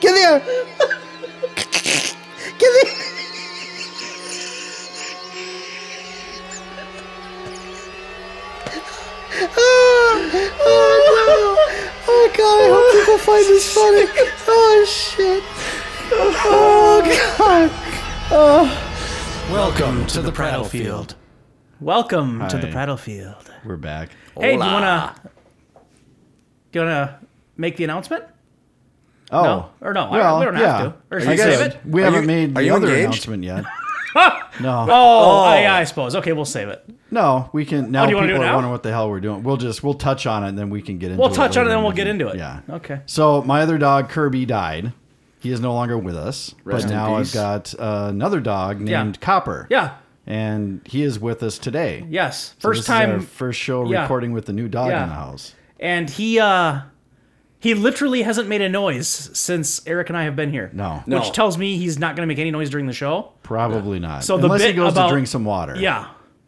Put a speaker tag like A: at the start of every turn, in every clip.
A: here. Get in. Oh, oh Ah. no. Oh god, I hope people find this funny. Oh shit. Oh god.
B: Welcome to the prattle field.
C: Welcome to
A: Hi.
C: the prattle field.
A: We're back.
C: Hey, do you wanna do you wanna make the announcement?
A: Oh.
C: No, or no, I- we don't have to. Or should
A: I
C: we
A: guess
C: save it?
A: We
D: Are
A: haven't
D: you-
A: made
D: are
A: the
D: you
A: other
D: engaged?
A: announcement yet. no.
C: Oh, yeah, I suppose. Okay, we'll save it.
A: No, we can now.
C: do you wanna
A: people
C: do it
A: are
C: now?
A: wondering what the hell we're doing. We'll just we'll touch on it and then we can get into.
C: We'll
A: it
C: touch on it
A: later
C: and we'll
A: we
C: get
A: can-
C: into it.
A: Yeah.
C: Okay.
A: So my other dog Kirby died. He is no longer with us.
D: Rest
A: but
D: in
A: now I've
D: peace.
A: got uh, another dog
C: Yeah.
A: named Copper.
C: Yeah.
A: And he is with us today.
C: Yes.
A: So
C: First
A: this is our
C: time
A: first show
C: yeah.
A: recording with the new dog
C: Yeah.
A: in the house.
C: and he uh he literally hasn't made a noise since Eric and I have been here.
A: No.
D: No.
C: Which tells me he's not going to make any noise during the show.
A: Probably not.
C: So the
A: unless he
C: bit
A: goes
C: about-
A: to drink some water.
C: Yeah.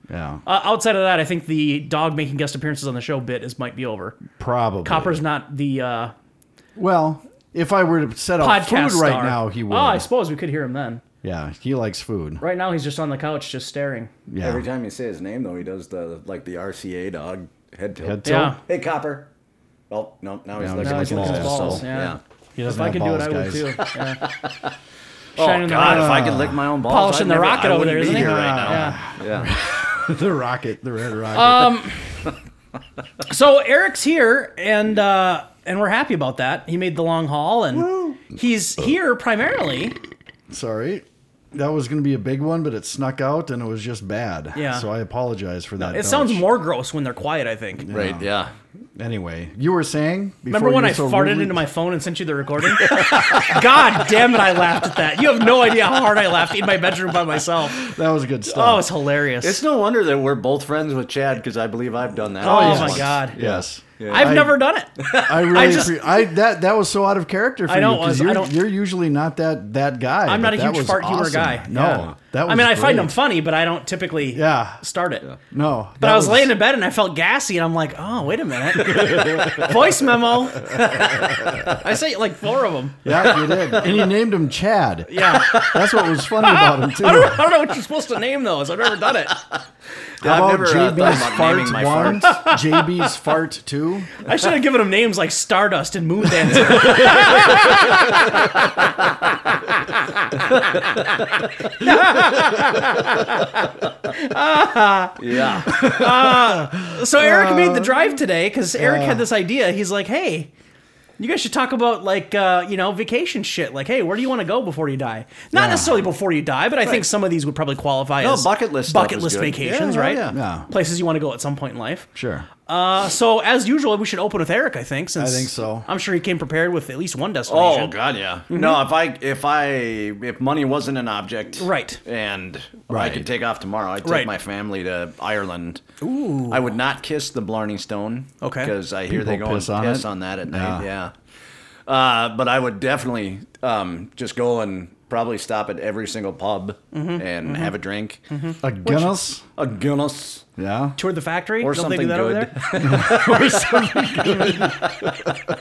A: Yeah.
C: Uh, outside of that, I think the dog making guest appearances on the show bit is might be over.
A: Probably.
C: Copper's not the uh,
A: Well, if I were to set up
C: podcast
A: food right
C: star.
A: now, he would.
C: Oh, I suppose we could hear him then.
A: yeah, he likes food.
C: Right now, he's just on the couch, just staring.
A: Yeah.
D: Every time you say his name, though, he does the like the RCA dog head tilt.
A: Head tilt.
C: Yeah.
D: Hey, Copper. Oh no, now he's
A: Now
D: looking
A: he's looking
D: like an
A: at his
D: asshole.
C: balls, yeah.
A: He
C: If
A: doesn't
C: I
A: have
C: could
A: balls,
C: do it, I would
A: guys.
C: too. Yeah.
D: Oh
C: Shining the
D: God!
C: rock-
D: If I could lick my own balls,
C: polishing
D: I'd
C: the
D: never-
C: rocket
D: I
C: over there,
D: wouldn't
C: isn't
D: be
C: he?
D: here right now.
C: Yeah.
D: Yeah.
A: the rocket, the red rocket.
C: So Eric's here, and uh, and we're happy about that. He made the long haul, and he's here primarily.
A: Sorry. That was going to be a big one, but it snuck out and it was just bad.
C: Yeah.
A: So I apologize for that.
C: It sounds
A: belch.
C: more gross when they're quiet. I think.
D: Right. Yeah.
A: Anyway, you were saying. Before
C: Remember
A: you
C: when I
A: so
C: farted
A: rudely-
C: into my phone and sent you the recording? God damn it! I laughed at that. You have no idea how hard I laughed in my bedroom by myself.
A: That was good
C: Oh,
A: stuff.
C: it's hilarious.
D: It's no wonder that we're both friends with Chad because I believe I've done that.
C: oh
D: once.
C: my god.
A: yes.
C: I've
A: I-
C: never done it.
A: I really.
C: I
A: I,
C: just-
A: I that that was so out of character for
C: I know it
A: you
C: was.
A: because
C: I
A: you're,
C: don't-
A: you're usually not that that guy.
C: I'm
A: but
C: not a
A: that
C: huge
A: was
C: fart humor
A: awesome.
C: guy.
A: No,
C: Yeah.
A: that was.
C: I mean, I
A: great.
C: find them funny, but I don't typically
A: Yeah.
C: start it.
A: No,
C: But I was, laying in bed and I felt gassy, and I'm like, oh, wait a minute. Voice memo. I sent you like four of them.
A: Yeah, you did, and you named him Chad.
C: Yeah. I
A: That's what was funny about him too.
C: don't, I don't know what you're supposed to name those. I've never done it.
D: Yeah,
A: How about
D: I've never uh, thought
A: JB's
D: about
A: fart
D: naming my
A: one,
D: farts.
A: JB's fart two.
C: I should have given them names like Stardust and Moon Dancer.
D: Yeah.
C: So Eric made the
D: Uh,
C: drive today because Eric had this idea. He's like, "Hey, you guys should talk about like uh, you know vacation shit. Like, hey, where do you want to go before you die? Not necessarily before you die, but I think some of these would probably qualify
D: No,
C: as
D: bucket list stuff
C: bucket
D: is
C: list
D: good.
C: vacations,
D: Yeah, oh,
C: right?
D: yeah.
A: Yeah.
C: Places you want to go at some point in life.
A: Sure.
C: Uh, so as usual, we should open with Eric. I think. Since
A: I think so.
C: I'm sure he came prepared with at least one destination.
D: Oh god, yeah.
C: Mm-hmm.
D: No, if I if I if money wasn't an object,
C: Right.
D: and
A: Right.
D: I could take off tomorrow, I'd take
C: Right.
D: my family to Ireland. Ooh. I would not kiss the Blarney Stone.
C: Okay.
D: Because I hear they
A: People
D: go
A: piss
D: and
A: on
D: piss
A: it.
D: on that at night. Yeah. Uh, but I would definitely um, just go and probably stop at every single pub
C: Mm-hmm.
D: and have a drink,
A: A Guinness.
D: a Guinness.
A: Yeah.
C: Toward the factory
D: Or
C: Don't they do
D: something
C: that over
D: good.
C: there?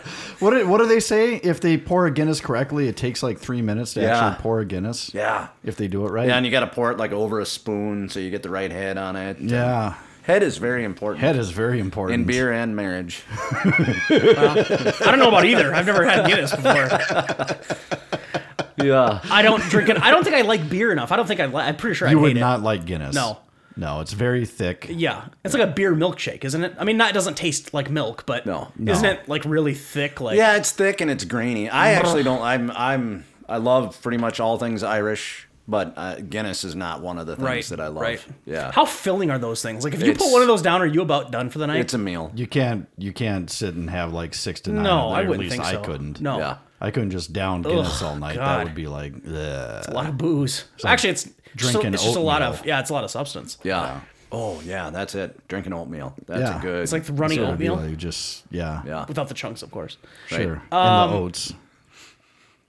A: What do, what do they say? If they pour a Guinness correctly, it takes like three minutes to
D: Yeah.
A: actually pour a Guinness.
D: Yeah.
A: If they do it right.
D: Yeah, and you got to pour it like over a spoon so you get the right head on it.
A: Yeah.
D: Head is very important
A: Head is very important.
D: in beer and marriage.
C: I don't know about either. I've never had Guinness before.
D: yeah.
C: I don't drink it. I don't think I like beer enough. I don't think I. Li- I'm pretty sure I
A: You
C: hate
A: would
C: it.
A: not like Guinness.
C: No.
A: No, it's very thick.
C: Yeah, it's like a beer milkshake, isn't it? I mean, not it doesn't taste like milk, but
D: No.
C: isn't
A: No.
C: it like really thick? Like
D: Yeah, it's thick and it's grainy. I actually don't. I'm. I'm. I love pretty much all things Irish, but uh, Guinness is not one of the things
C: right.
D: that I love.
C: Right.
D: Yeah.
C: How filling are those things? Like if you put
D: It's-
C: one of those down, are you about done for the night?
D: It's a meal.
A: You can't you can't sit and have like six to nine.
C: no,
A: of it,
C: I
A: or
C: wouldn't
A: At least
C: think
A: I
C: so.
A: couldn't.
C: No,
D: Yeah.
A: I couldn't just down Guinness
C: Ugh,
A: all night.
C: God.
A: That would be like
C: a
A: ugh.
C: lot of booze. Actually, it's drinking.
A: drinking
C: It's just a lot of
A: oatmeal.
C: yeah. It's a lot of substance.
D: Yeah. Oh yeah, that's it. Drinking oatmeal. That's
A: Yeah.
D: a good.
C: It's like the running
A: So it'd be
C: oatmeal
A: like just yeah.
D: yeah.
C: without the chunks, of course,
A: Sure.
C: Um,
A: and the oats.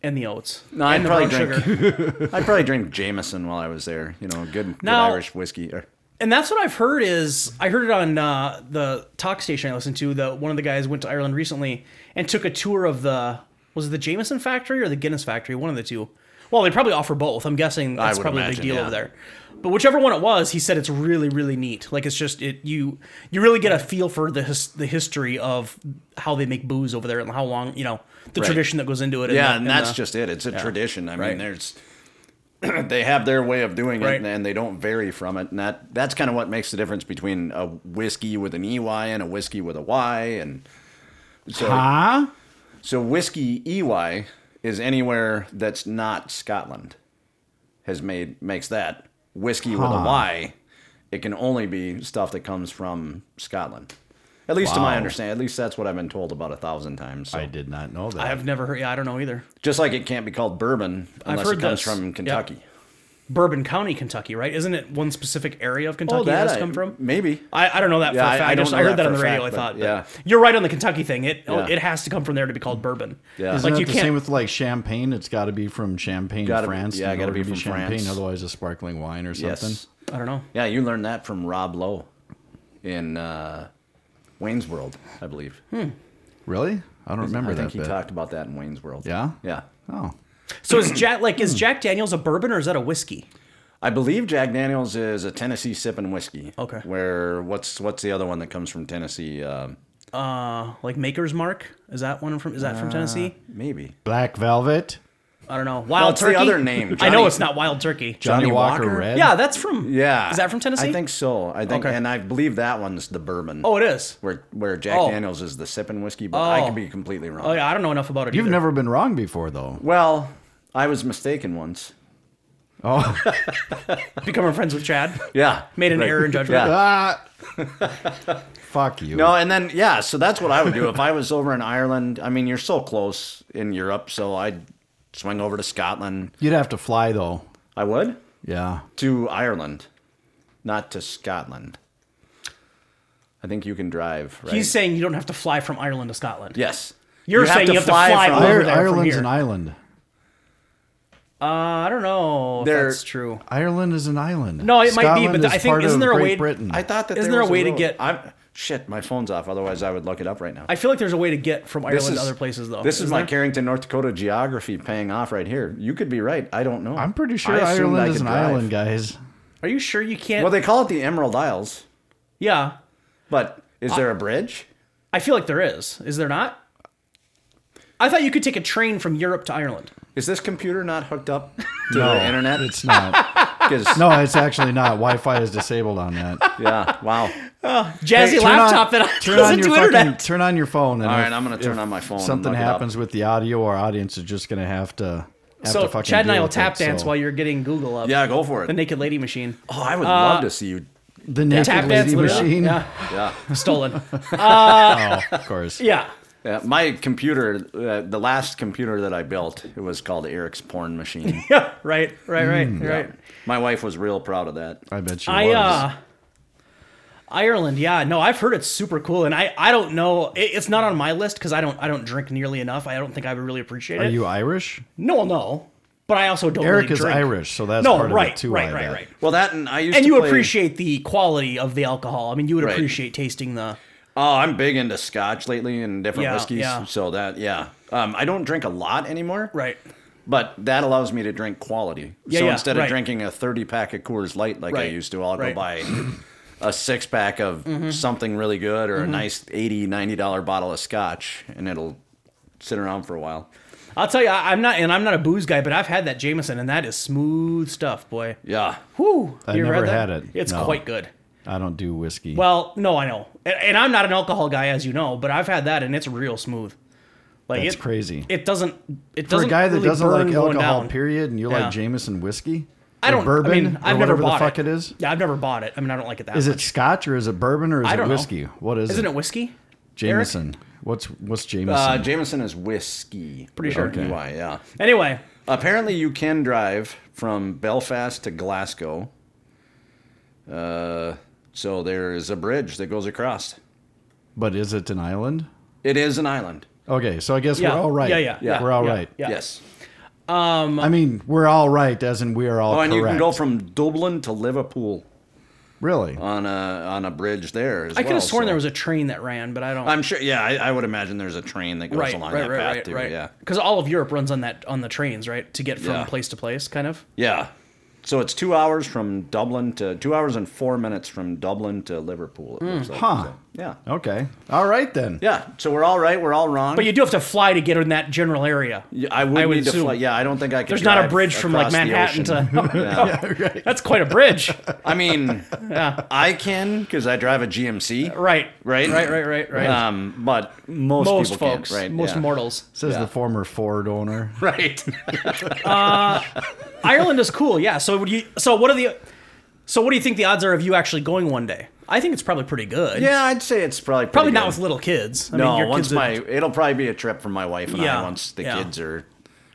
C: and the oats
D: No,
C: and
D: I'd
C: the
D: probably
C: brown
D: drink.
C: sugar.
D: I'd probably drink Jameson while I was there. You know, good, good
C: Now-
D: Irish whiskey. Or,
C: And that's what I've heard is I heard it on uh, the talk station I listened to. The one of the guys went to Ireland recently and took a tour of the was it the Jameson factory or the Guinness factory? One of the two. Well, they probably offer both. I'm guessing that's
D: would
C: probably a
D: imagine,
C: big deal
D: yeah.
C: over there. But whichever one it was, he said it's really, really neat. Like it's just it you you really get a feel for the his, the history of how they make booze over there and how long you know the
D: Right.
C: tradition that goes into it.
D: Yeah,
C: the-
D: and that's
C: the-
D: just it. It's a tradition. I mean,
C: Right.
D: there's they have their way of doing
C: Right.
D: it, and they don't vary from it. And that that's kind of what makes the difference between a whiskey with an ey and a whiskey with a y. And so,
C: oh.
A: Huh?
D: so whiskey ey is anywhere that's not Scotland has made makes that whiskey with a
A: Huh.
D: y. It can only be stuff that comes from Scotland. At least to my
A: Wow.
D: understanding, at least that's what I've been told about a thousand times. So.
A: I did not know that.
C: I've never heard. Yeah, I don't know either.
D: Just like it can't be called bourbon unless
C: heard
D: it
C: this.
D: comes from
C: Yep.
D: Kentucky.
C: Bourbon County, Kentucky, right? Isn't it one specific area of Kentucky that has
D: Oh, I-
C: come from?
D: Maybe.
C: I, I don't know that
D: Yeah,
C: for
D: I-
C: a fact.
D: I
C: I,
D: don't
C: just,
D: know
C: I
D: that
C: heard that on
D: for
C: the
D: a
C: radio.
D: fact,
C: I thought,
D: but
C: but
D: yeah.
C: you're right on the Kentucky thing. It
D: Yeah.
C: it has to come from there to be called bourbon.
D: Yeah.
A: Isn't
C: like
A: that
C: you
A: the
C: can't.
A: same with like champagne? It's got to be from Champagne,
D: Gotta be-
A: France.
D: yeah,
A: in
D: gotta
A: order
D: be
A: to
D: from
A: champagne.
D: France.
A: Otherwise, a sparkling wine or something.
D: Yes.
C: I don't know.
D: Yeah, you learned that from Rob Lowe in uh, Wayne's World, I believe.
A: Really? I don't remember
D: I
A: that
D: think he
A: bit.
D: talked about Hmm. that in Wayne's World.
A: Yeah?
D: Yeah.
A: oh,
C: So is Jack like is Jack Daniels a bourbon or is that a whiskey?
D: I believe Jack Daniels is a Tennessee sipping whiskey.
C: Okay.
D: Where what's what's the other one that comes from Tennessee? Um,
C: Like Maker's Mark? Is that one from? Is that
D: Uh,
C: from Tennessee?
D: maybe
A: Black Velvet,
C: I don't know. Wild
D: it's the
C: Turkey.
D: other name,
C: I know
D: Johnny-
C: it's not Wild Turkey.
A: Johnny,
D: Johnny
A: Walker,
D: Walker?
A: Red.
C: Yeah, that's from.
D: Yeah.
C: Is that from Tennessee?
D: I think so. I think,
C: Okay.
D: and I believe that one's the bourbon.
C: Oh, it is.
D: Where where Jack
C: Oh.
D: Daniels is the sipping whiskey, but I
C: Oh.
D: could be completely wrong.
C: Oh yeah, I don't know enough about it.
A: You've
C: either.
A: never been wrong before, though.
D: Well, I was mistaken once.
A: Oh,
C: becoming friends with Chad.
D: Yeah.
C: Made an error in judgment.
D: Yeah.
A: ah. fuck you.
D: No, and then yeah, so that's what I would do if I was over in Ireland. I mean, you're so close in Europe, so I'd swing over to Scotland.
A: You'd have to fly though.
D: I would
A: Yeah.
D: to Ireland, not to Scotland. I think you can drive, right?
C: He's saying you don't have to fly from Ireland to Scotland.
D: yes.
C: You're saying you have to fly
D: from-
C: over
A: Ire-
C: there from
A: Ireland's
C: here.
A: an island.
C: Uh, I don't know if
D: There-
C: that's true.
A: Ireland is an island.
C: No, it might be,
A: Scotland
C: but th-
A: is
C: I think-
A: part
C: isn't
A: of
C: there a
A: Great
C: way-
A: Britain.
D: I thought that
C: Isn't
D: there,
C: there a
D: was
C: way to
D: road.
C: get-
D: I'm shit. My phone's off. Otherwise, I would look it up right now.
C: I feel like there's a way to get from
D: This
C: Ireland to
D: is-
C: other places though.
D: This is
C: Isn't
D: my
C: there?
D: Carrington, North Dakota geography paying off right here. You could be right. I don't know.
A: I'm pretty sure
D: I assumed I
A: Ireland is
D: could
A: an
D: drive.
A: island, guys.
C: Are you sure you can't?
D: Well, they call it the Emerald Isles,
C: yeah,
D: but is there a bridge?
C: I feel like there is. Is there not? I thought you could take a train from Europe to Ireland.
D: Is this computer not hooked up to
A: No,
D: the internet?
A: It's not.
D: 'Cause-
A: No, it's actually not. Wi-Fi is disabled on that.
D: Yeah. Wow.
C: Jazzy
A: Hey, turn on-
C: laptop that
A: turn on
C: doesn't
A: your
C: do
A: fucking,
C: internet.
A: turn on your phone. And
D: All right,
A: if-
D: I'm gonna turn
A: if
D: on my phone and
A: Something
D: look it up.
A: happens with the audio, our audience is just gonna have to. Have to
C: So
A: fucking
C: Chad and I
A: deal
C: will
A: with
C: tap
A: it,
C: dance
A: so.
C: while you're getting Google up.
D: Yeah. Go for
C: The Uh,
D: it.
C: naked lady machine.
D: oh, I would love to see you.
A: the naked
C: tap
A: lady
C: dance with it.
A: machine.
C: Yeah.
D: Yeah.
C: Stolen.
A: Oh, of course.
C: yeah.
D: Yeah, my computer, uh, the last computer that I built, it was called Eric's Porn Machine.
C: Yeah. Right. Right. Right.
A: Mm,
C: right.
D: my wife was real proud of that.
A: I bet you
C: I
A: was.
C: uh Ireland, yeah, no, I've heard it's super cool, and I, I don't know, it, it's not on my list because I don't I don't drink nearly enough. I don't think I would really appreciate
A: Are
C: it.
A: you Irish?
C: No, no, but I also don't.
A: Eric
C: really
A: is
C: drink.
A: Irish, so that's
C: No,
A: part
C: right,
A: of it too.
C: right,
A: I
C: right,
A: bet.
C: right.
D: Well, that and I used
C: And
D: to
C: you
D: play-
C: appreciate the quality of the alcohol. I mean, you would
D: Right.
C: appreciate tasting the.
D: Oh, I'm big into Scotch lately and different
C: Yeah,
D: whiskeys.
C: yeah.
D: So that, yeah, um, I don't drink a lot anymore.
C: Right.
D: But that allows me to drink quality.
C: Yeah,
D: so
C: yeah,
D: instead
C: right.
D: of drinking a 30 pack of Coors Light like I
C: Right,
D: used to, I'll
C: right. Mm-hmm.
D: go buy a six pack of something really good or a nice 80 $90 dollar bottle of scotch and it'll sit around for a while.
C: I'll tell you, I, I'm not, and I'm not a booze guy, but I've had that Jameson, and that is smooth stuff, boy.
D: Yeah.
C: Whew.
A: I've
C: You ever
A: never
C: had, that?
A: had it,
C: It's
A: no.
C: quite good.
A: I don't do whiskey.
C: Well, no, I know, and, and I'm not an alcohol guy, as you know, but I've had that, and it's real smooth. Like
A: That's
C: it-
A: crazy.
C: It doesn't. It
A: For
C: doesn't.
A: a guy that
C: really
A: doesn't
C: burn
A: like
C: going
A: alcohol,
C: down.
A: period, and you
C: Yeah.
A: like Jameson whiskey,
C: I
A: or
C: don't.
A: bourbon,
C: I mean,
A: or
C: I've never
A: whatever
C: bought
A: the fuck
C: it.
A: it is.
C: Yeah, I've never bought it. I mean, I don't like it that.
A: Is
C: much.
A: it scotch or is it bourbon or is
C: I
A: it
C: don't know.
A: whiskey? What is
C: Isn't
A: it?
C: it whiskey?
A: Jameson. What's what's Jameson?
D: Uh, Jameson is whiskey.
C: Pretty sure.
D: Okay. yeah.
C: Anyway,
D: Apparently, you can drive from Belfast to Glasgow. Uh, so there is a bridge that goes across.
A: but is it an island?
D: It is an island.
A: Okay, so I guess
C: Yeah.
A: we're all right.
C: Yeah, yeah,
D: yeah,
A: We're all
C: yeah,
A: right.
C: yeah.
D: Yes.
A: I mean, we're all right, as in we are all
D: Oh, and
A: correct.
D: you can go from Dublin to Liverpool.
A: Really?
D: on a on a bridge there. As
C: I could
D: well,
C: have sworn
D: so-
C: there was a train that ran, but I don't.
D: I'm sure. Yeah, I, I would imagine there's a train that goes
C: right,
D: along
C: right,
D: that
C: right,
D: path
C: right,
D: too.
C: right.
D: Yeah,
C: because all of Europe runs on that on the trains, right, to get from
D: Yeah.
C: place to place, kind of.
D: yeah. So it's two hours from Dublin to two hours and four minutes from Dublin to Liverpool. It
C: Hmm.
D: looks like.
A: Huh.
D: So, yeah.
A: Okay. All right then.
D: Yeah. So we're all right. We're all wrong.
C: But you do have to fly to get in that general area.
D: Yeah, I would,
C: I would
D: need to
C: assume.
D: fly. Yeah, I don't think I could.
C: There's not a
D: drive
C: bridge from like
D: across the
C: Manhattan
D: ocean.
C: to.
D: Yeah.
C: That's quite a bridge.
D: I mean, I can because I drive a GMC.
C: Right.
D: Right.
C: Right. Right. Right. Right.
D: Um, but most,
C: most
D: people
C: folks,
D: can't, right?
C: most
D: yeah.
C: mortals.
A: Says the former Ford owner.
D: Right.
C: Uh, Ireland is cool. Yeah. So would you? So what are the? So what do you think the odds are of you actually going one day? I think it's probably pretty good.
D: yeah, I'd say it's probably pretty
C: Probably not
D: good.
C: with little kids. I
D: no,
C: mean, your
D: once
C: kids
D: my
C: Are,
D: it'll probably be a trip for my wife and
C: Yeah,
D: I once the
C: yeah.
D: kids are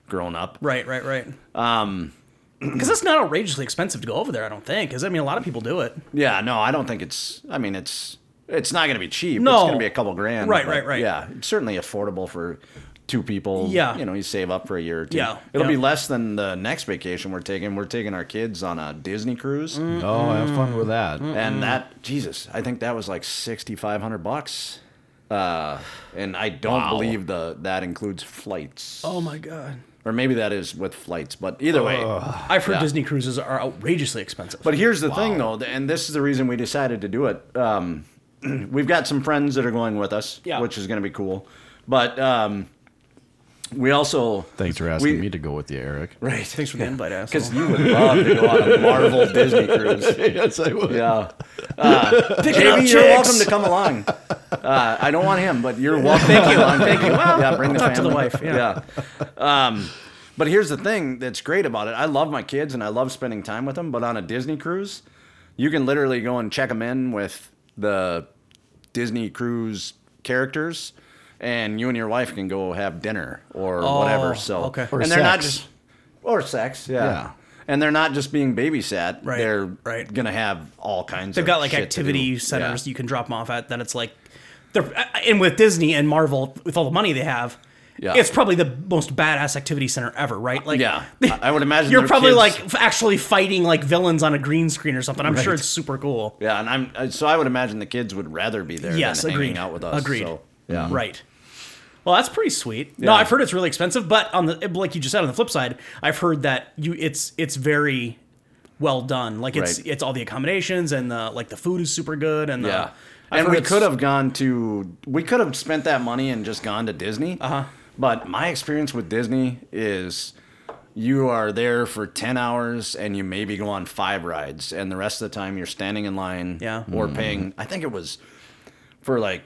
D: grown up.
C: right. Right. Right. Um. Because it's not outrageously expensive to go over there. I don't think. Because I mean, a lot of people do it.
D: Yeah, no, I don't think it's. I mean, it's it's not going to be cheap.
C: No.
D: it's going to be a couple grand.
C: Right,
D: but
C: right, right.
D: Yeah, it's certainly affordable for two people.
C: Yeah.
D: you know, you save up for a year or two.
C: Yeah,
D: it'll be
C: yeah.
D: less than the next vacation we're taking. We're taking our kids on a Disney cruise,
C: Mm-hmm.
A: Oh, have fun with that.
D: and that Jesus, I think that was like sixty five hundred bucks. Uh, and I don't believe the that includes flights,
C: Oh my god.
D: or maybe that is with flights. But either way,
C: I've heard Disney cruises are outrageously expensive.
D: But here's the thing, though, th- and this is the reason we decided to do it. Um, we've got some friends that are going with us,
C: Yeah.
D: which is going to be cool. But um, we also
A: Thanks for asking
D: we-
A: me to go with you, Eric.
D: right
C: Thanks for the invite, asshole.
D: because you would love to go on a Marvel Disney cruise.
A: yes, I would.
D: Yeah,
C: Picking up
D: Jamie, you're
C: chicks.
D: welcome to come along. Uh, I don't want him, but you're welcome. thank you, thank you. yeah, bring the
C: Talk to the
D: family.
C: wife, yeah.
D: Yeah. Um, but here's the thing that's great about it. I love my kids and I love spending time with them. But on a Disney cruise, you can literally go and check them in with the Disney cruise characters, and you and your wife can go have dinner or
C: Oh,
D: whatever. So
C: okay.
A: Or
D: and they're not
A: sex.
D: just or sex, yeah.
A: Yeah.
D: And they're not just being babysat.
C: Right,
D: They're
C: right.
D: gonna have all kinds.
C: They've
D: of
C: got like
D: shit to do.
C: activity
D: Yeah.
C: centers you can drop them off at. That it's like, they're uh, and with Disney and Marvel with all the money they have,
D: Yeah.
C: it's probably the most badass activity center ever, right? Like,
D: Yeah, I I would imagine
C: you're
D: their
C: probably
D: kids-
C: like f- actually fighting like villains on a green screen or something. I'm sure it's super cool.
D: yeah, and I'm uh, so I would imagine the kids would rather be there
C: Yes,
D: than
C: agreed.
D: hanging out with us.
C: Agreed.
D: So, yeah,
C: Right. Well, that's pretty sweet. No,
D: Yeah.
C: I've heard it's really expensive, but on the like you just said on the flip side, I've heard that you it's it's very well done. Like it's
D: Right.
C: it's all the accommodations and the like the food is super good and
D: Yeah,
C: the, Uh, I've
D: and
C: heard
D: we
C: it's-
D: could have gone to we could have spent that money and just gone to Disney.
C: Uh-huh.
D: Uh huh. But my experience with Disney is you are there for 10 hours and you maybe go on five rides and the rest of the time you're standing in line
C: Yeah.
D: or paying i think it was for like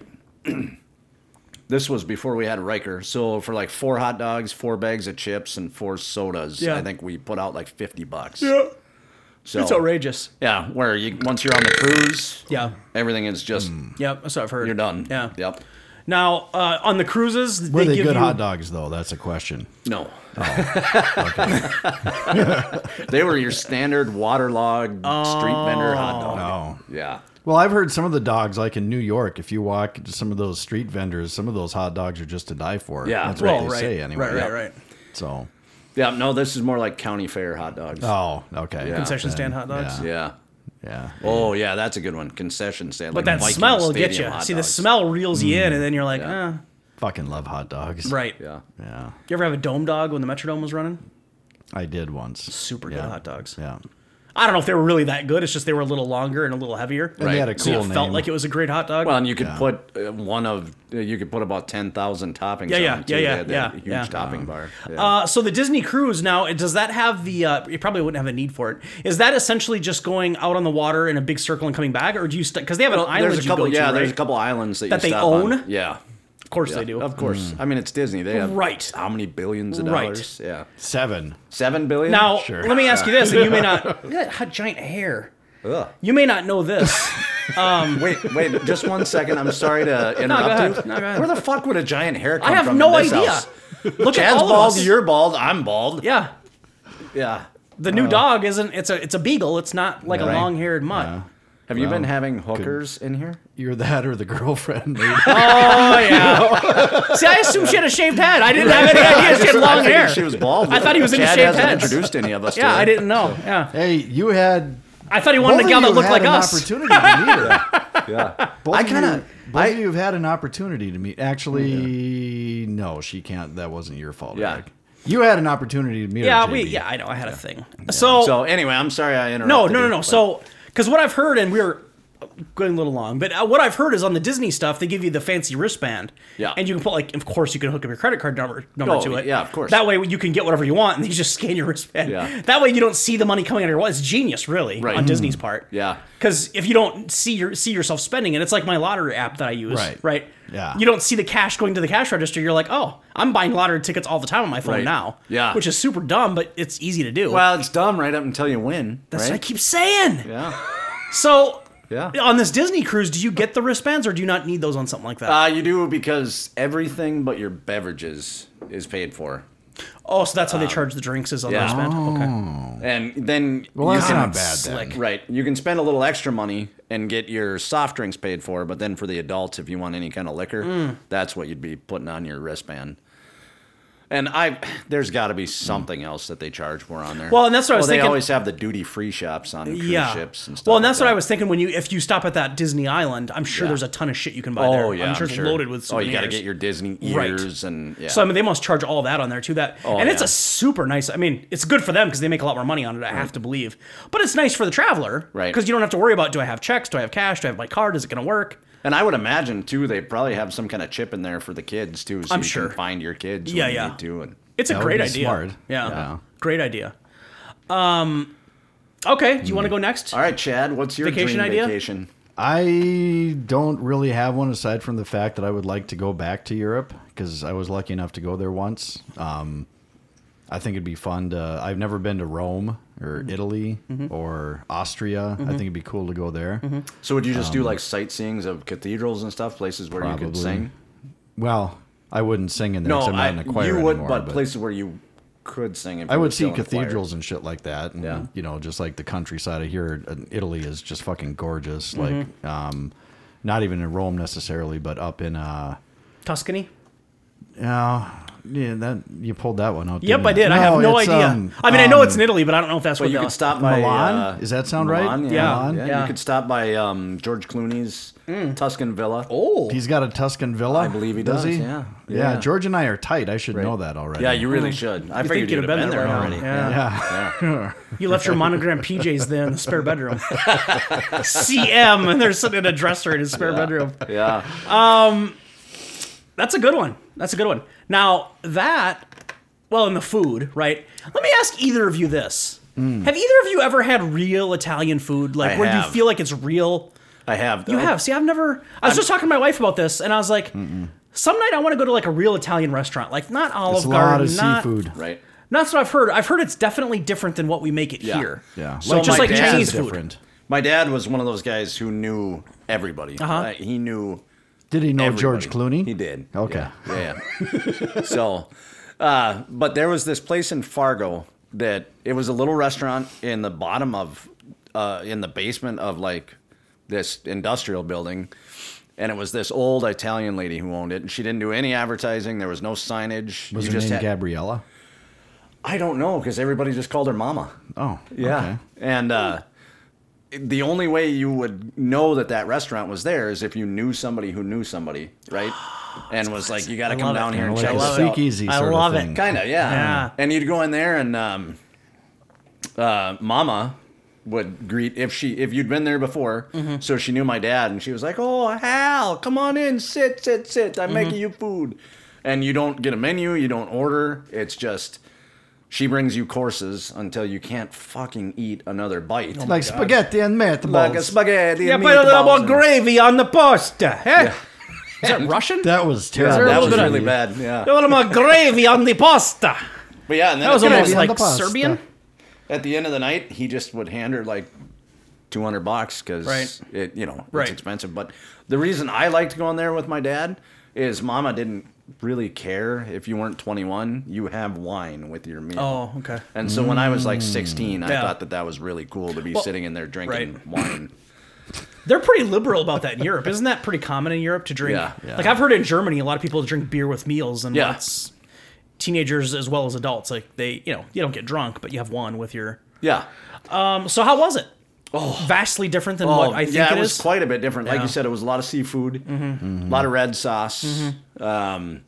D: this was before we had Riker. So for like four hot dogs, four bags of chips, and four sodas,
C: Yeah.
D: I think we put out like fifty bucks.
C: Yeah,
D: so,
C: it's outrageous.
D: Yeah, where you once you're on the cruise,
C: Yeah.
D: everything is just
C: Yep, that's what I've heard.
D: you're done.
C: Yeah.
D: Yep.
C: Now uh, on the cruises,
A: Were they,
C: give
A: good
C: you,
A: hot dogs though? That's a question.
D: No. Oh, they were your standard waterlogged street vendor hot dog.
A: Oh.
D: Yeah.
A: Well, I've heard some of the dogs, like in New York, if you walk to some of those street vendors, some of those hot dogs are just to die for.
D: Yeah.
A: that's what
C: Well,
A: they
C: right,
A: say anyway.
C: right, right, right.
A: So,
D: Yeah, no, this is more like county fair hot dogs.
A: oh, okay.
D: Yeah.
C: Concession
A: Then,
C: stand hot dogs.
A: Yeah.
D: Yeah.
A: yeah.
D: Oh yeah, that's a good one. Concession stand.
C: But that smell will get you. See, the smell reels you in, and then you're like,
D: Mm. Yeah.
A: Fucking love hot dogs.
C: eh, right.
D: Yeah.
A: Yeah.
C: You ever have a dome dog when the Metrodome was running?
A: I did once.
C: Super
A: Yeah.
C: good hot dogs.
A: Yeah.
C: I don't know if they were really that good. It's just they were a little longer and a little heavier.
A: And they had a
C: So
A: cool
C: it felt
A: name.
C: like it was a great hot dog.
D: Well, and you could put put uh, one of uh, you could put about ten thousand toppings.
C: Yeah,
D: on
C: yeah,
D: them, too.
C: yeah,
D: They
C: yeah,
D: had that
C: yeah,
D: Huge
C: yeah.
D: topping bar. Yeah.
C: uh, so the Disney cruise now it- does that have the? Uh, you probably wouldn't have a need for it. Is that essentially just going out on the water in a big circle and coming back, or do you? Because they have an island
D: there's a
C: you
D: couple.
C: go
D: yeah,
C: to, right?
D: there's a couple islands that,
C: That they
D: you stop on.
C: own?
D: Yeah.
C: Of course
D: Yeah,
C: they do.
D: Of course. I mean, it's Disney. They have
C: Right.
D: how many billions of
C: Right.
D: dollars? Yeah,
A: Seven.
D: seven billion.
C: Now
A: Sure.
C: let me ask you this, and you may not. Look at that giant hair.
D: Ugh.
C: You may not know this.
D: Wait, wait, just one second. I'm sorry to interrupt
C: ahead.
D: you.
C: No, go ahead.
D: Where the fuck would a giant hair come
C: I
D: from?
C: have
D: in
C: no
D: this
C: idea.
D: house?
C: Look at
D: Chad's
C: all
D: bald.
C: of us.
D: You're bald. I'm bald.
C: yeah.
D: Yeah.
C: The
D: Uh.
C: new dog isn't. It's a. It's a beagle. It's not like a
A: Right.
C: long-haired mutt.
D: Have you been having hookers in here?
A: You're that or the girlfriend.
C: Oh yeah. See, I assumed she had a shaved head. I didn't have any idea she had long
D: I figured
C: hair.
D: She was bald.
C: I thought he was into
D: Chad
C: shaved
D: hasn't
C: heads.
D: introduced any of us. to
C: Yeah, I
D: her.
C: didn't know. Yeah.
A: hey, you had
C: I thought he wanted
A: Both
C: a
A: of
C: gal that
A: you
C: looked
A: had
C: like
A: an
C: us.
A: Opportunity to meet her.
D: Yeah.
A: Both
D: I
A: of you-
D: kind of.
A: both
D: I,
A: of you have had an opportunity to meet. Actually, no, she can't. That wasn't your fault.
D: Yeah.
A: Eric. you had an opportunity to meet her.
C: Yeah, we.
A: JB.
C: Yeah, I know. I had a thing. So,
D: So anyway, I'm sorry I interrupted.
C: no, no, no,
D: you,
C: no.
D: but-
C: So because what I've heard, and we were going a little long, but uh, what I've heard is on the Disney stuff, they give you the fancy wristband.
D: Yeah.
C: And you can put like, of course, you can hook up your credit card number number
D: Oh,
C: to it.
D: yeah, of course.
C: That way you can get whatever you want, and you just scan your wristband.
D: Yeah.
C: That way you don't see the money coming out of your wallet. It's genius, really,
D: Right. Mm-hmm.
C: on Disney's part.
D: Yeah.
C: Because if you don't see your see yourself spending it, it's like my lottery app that I use.
A: Right.
C: Right.
A: Yeah.
C: You don't see the cash going to the cash register. You're like, oh, I'm buying lottery tickets all the time on my phone
D: Right.
C: now.
D: Yeah.
C: Which is super dumb, but it's easy to do.
D: Well, it's dumb right up until you win.
C: that's
D: right?
C: what I keep saying.
D: Yeah.
C: So
D: Yeah.
C: on this Disney cruise, do you get the wristbands or do you not need those on something like that?
D: Uh, you do because everything but your beverages is paid for.
C: oh, so that's how they charge the drinks is on
D: uh, yeah.
C: the wristband. Okay.
D: And then
A: Well,
D: you
A: that's
D: can-
A: not bad. Then.
C: Slick.
D: Right. You can spend a little extra money and get your soft drinks paid for, but then for the adults, if you want any kind of liquor,
C: Mm.
D: that's what you'd be putting on your wristband. And I, there's got to be something else that they charge more on there.
C: Well, and that's what I was
D: they
C: thinking-
D: always have the duty free shops on cruise
C: Yeah.
D: ships and stuff.
C: well, and that's
D: like
C: what I
D: that.
C: was thinking when you if you stop at that Disney Island, I'm sure
D: Yeah.
C: there's a ton of shit you can buy there.
D: Oh yeah,
C: I'm sure it's loaded with souvenirs.
D: Oh, you got to get your Disney
C: Right.
D: ears and yeah. Oh,
C: So I mean, they must charge all that on there too. That and it's
D: yeah.
C: a super nice. I mean, it's good for them because they make a lot more money on it. I have to believe, but it's nice for the traveler,
D: Right.
C: Because you don't have to worry about do I have checks, do I have cash, do I have my card, is it going to work?
D: and I would imagine too, they probably have some kind of chip in there for the kids too, so
C: I'm
D: you
C: sure.
D: can find your kids.
C: Yeah,
D: when you
C: yeah.
D: need to, and-
C: It's a
A: That would
C: great
A: be
C: idea.
A: smart.
C: Yeah.
A: Yeah.
C: great idea. Um, okay. Do you want to go next?
D: all right, Chad, what's your
C: Vacation
D: dream
C: idea?
D: vacation?
A: I don't really have one aside from the fact that I would like to go back to Europe because I was lucky enough to go there once. Um, I think it'd be fun to. I've never been to Rome or Italy or Austria. I think it'd be cool to go there.
D: So would you just do like sightseeings of cathedrals and stuff, places where you could
A: Um, Probably.
D: sing?
A: Well, I wouldn't sing in there.
D: No,
A: 'cause I'm not
D: I,
A: in a choir
D: you would,
A: anymore,
D: but, places where you could sing. If
A: I
D: you were
A: would see
D: still in a choir.
A: cathedrals and shit like that. And,
D: Yeah.
A: You know, just like the countryside of here in Italy is just fucking gorgeous. Like, um, not even in Rome necessarily, but up in. Uh,
C: Tuscany.
A: Yeah, yeah, that you pulled that one out.
C: Yep,
A: didn't
C: I did.
A: you?
C: I have no
A: it's,
C: idea.
A: um,
C: I mean, I know
A: um,
C: it's in Italy, but I don't know if that's
D: But
C: what
D: you
C: the-
D: could stop by
A: Milan?
D: uh,
A: Does that sound right?
D: Milan,
C: Yeah.
D: yeah.
A: Milan?
D: yeah,
C: Yeah. Mm.
D: You could stop by um, George Clooney's Tuscan Villa.
C: Oh,
A: He's got a Tuscan villa. I
D: believe he does, yeah.
A: yeah.
D: Yeah.
A: George and I are tight. I should know that already.
D: Yeah, you really should. I
C: You think
D: figured
C: you'd have been there
D: by
C: by
D: already.
C: now. Yeah.
A: Yeah.
C: You left your monogram PJs there in the spare bedroom. CM, and they're sitting in a dresser in his spare bedroom.
D: Yeah.
C: That's a good one. That's a good one. Now, that, well, in the food, right? Let me ask either of you this.
A: Hmm.
C: Have either of you ever had real Italian food, like
D: I
C: where you
D: have.
C: feel like it's real?
D: I have.
C: You have. See, I've never. I was just talking to my wife about this, and I was like, some night I want to go to like a real Italian restaurant, like not Olive
A: It's a
C: Garden,
A: lot of
C: not-
A: seafood.
D: Right.
C: That's what I've heard. I've heard it's definitely different than what we make it
D: Yeah.
C: here.
A: Yeah.
D: So
C: like, just
D: my
C: like
D: dad's
C: Chinese food.
A: different.
D: My dad was one of those guys who knew everybody.
C: Uh-huh.
D: Uh, he knew
A: Did he know
D: everybody.
A: Oh, George Clooney?
D: He did.
A: Okay.
D: Yeah. yeah. so, uh, but there was this place in Fargo that it was a little restaurant in the bottom of, uh, in the basement of like this industrial building. And it was this old Italian lady who owned it, and she didn't do any advertising. There was no signage.
A: Was
D: You
A: her
D: just
A: name
D: had-
A: Gabriella?
D: I don't know because everybody just called her Mama.
A: Oh.
D: Yeah. And uh, the only way you would know that that restaurant was there is if you knew somebody who knew somebody, right? And was like, you got to
C: I
D: come
C: love
D: down
C: it.
D: here and
A: Okay.
D: check
A: Like
D: this
A: a
C: love
D: out.
A: speakeasy
C: I
A: sort
C: love it.
A: of thing.
D: Kind of, yeah.
C: Yeah.
D: And you'd go in there and um, uh, Mama would greet if she if you'd been there before.
C: Mm-hmm.
D: So she knew my dad, and she was like, "Oh, Hal, come on in, sit, sit, sit.
C: Mm-hmm.
D: I'm making you food." And you don't get a menu, you don't order. It's just she brings you courses until you can't fucking eat another bite.
A: Like spaghetti and meatballs.
D: Like a spaghetti.
C: Oh Yeah,
D: and
C: put a little
D: meatballs
C: more
D: and-
C: gravy on the pasta. Eh? Is that Russian?
A: that was
D: Yeah,
A: terrible.
D: that was
C: little bit of-
D: really bad. Yeah.
C: a little more gravy on the pasta.
D: But yeah, and then
C: That was
D: at the end-
C: almost
A: on
C: like
A: the pasta.
C: Serbian.
D: at the end of the night, he just would hand her like 200 bucks because
C: Right.
D: it, you know,
C: Right.
D: it's expensive. But the reason I liked going there with my dad is mama didn't really care if you weren't 21, you have wine with your meal.
C: Oh, okay.
D: And so when I was like 16, I
C: Yeah.
D: thought that that was really cool to be
C: Well,
D: sitting in there drinking
C: right.
D: wine.
C: They're pretty liberal about that in Europe. Isn't that pretty common in Europe to drink?
D: Yeah. Yeah.
C: Like I've heard in Germany, a lot of people drink beer with meals, and
D: Yeah.
C: that's teenagers as well as adults. Like they, you know, you don't get drunk, but you have one with your.
D: Yeah.
C: Um, so how was it? vastly different than
D: Oh,
C: what I think
D: yeah,
C: it
D: it, was
C: is.
D: quite a bit different. Like
C: Yeah. Mm-hmm.
D: you said, it was a lot of seafood, a lot of red sauce, um,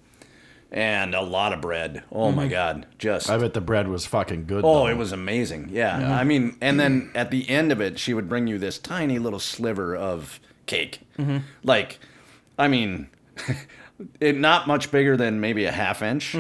D: and a lot of bread. Oh
C: Mm-hmm.
D: my god, just
A: I bet the bread was fucking good.
D: oh,
A: though.
D: it was amazing. Yeah, I mean, and then at the end of it, she would bring you this tiny little sliver of cake,
C: Mm-hmm.
D: like, I mean, it not much bigger than maybe a half inch.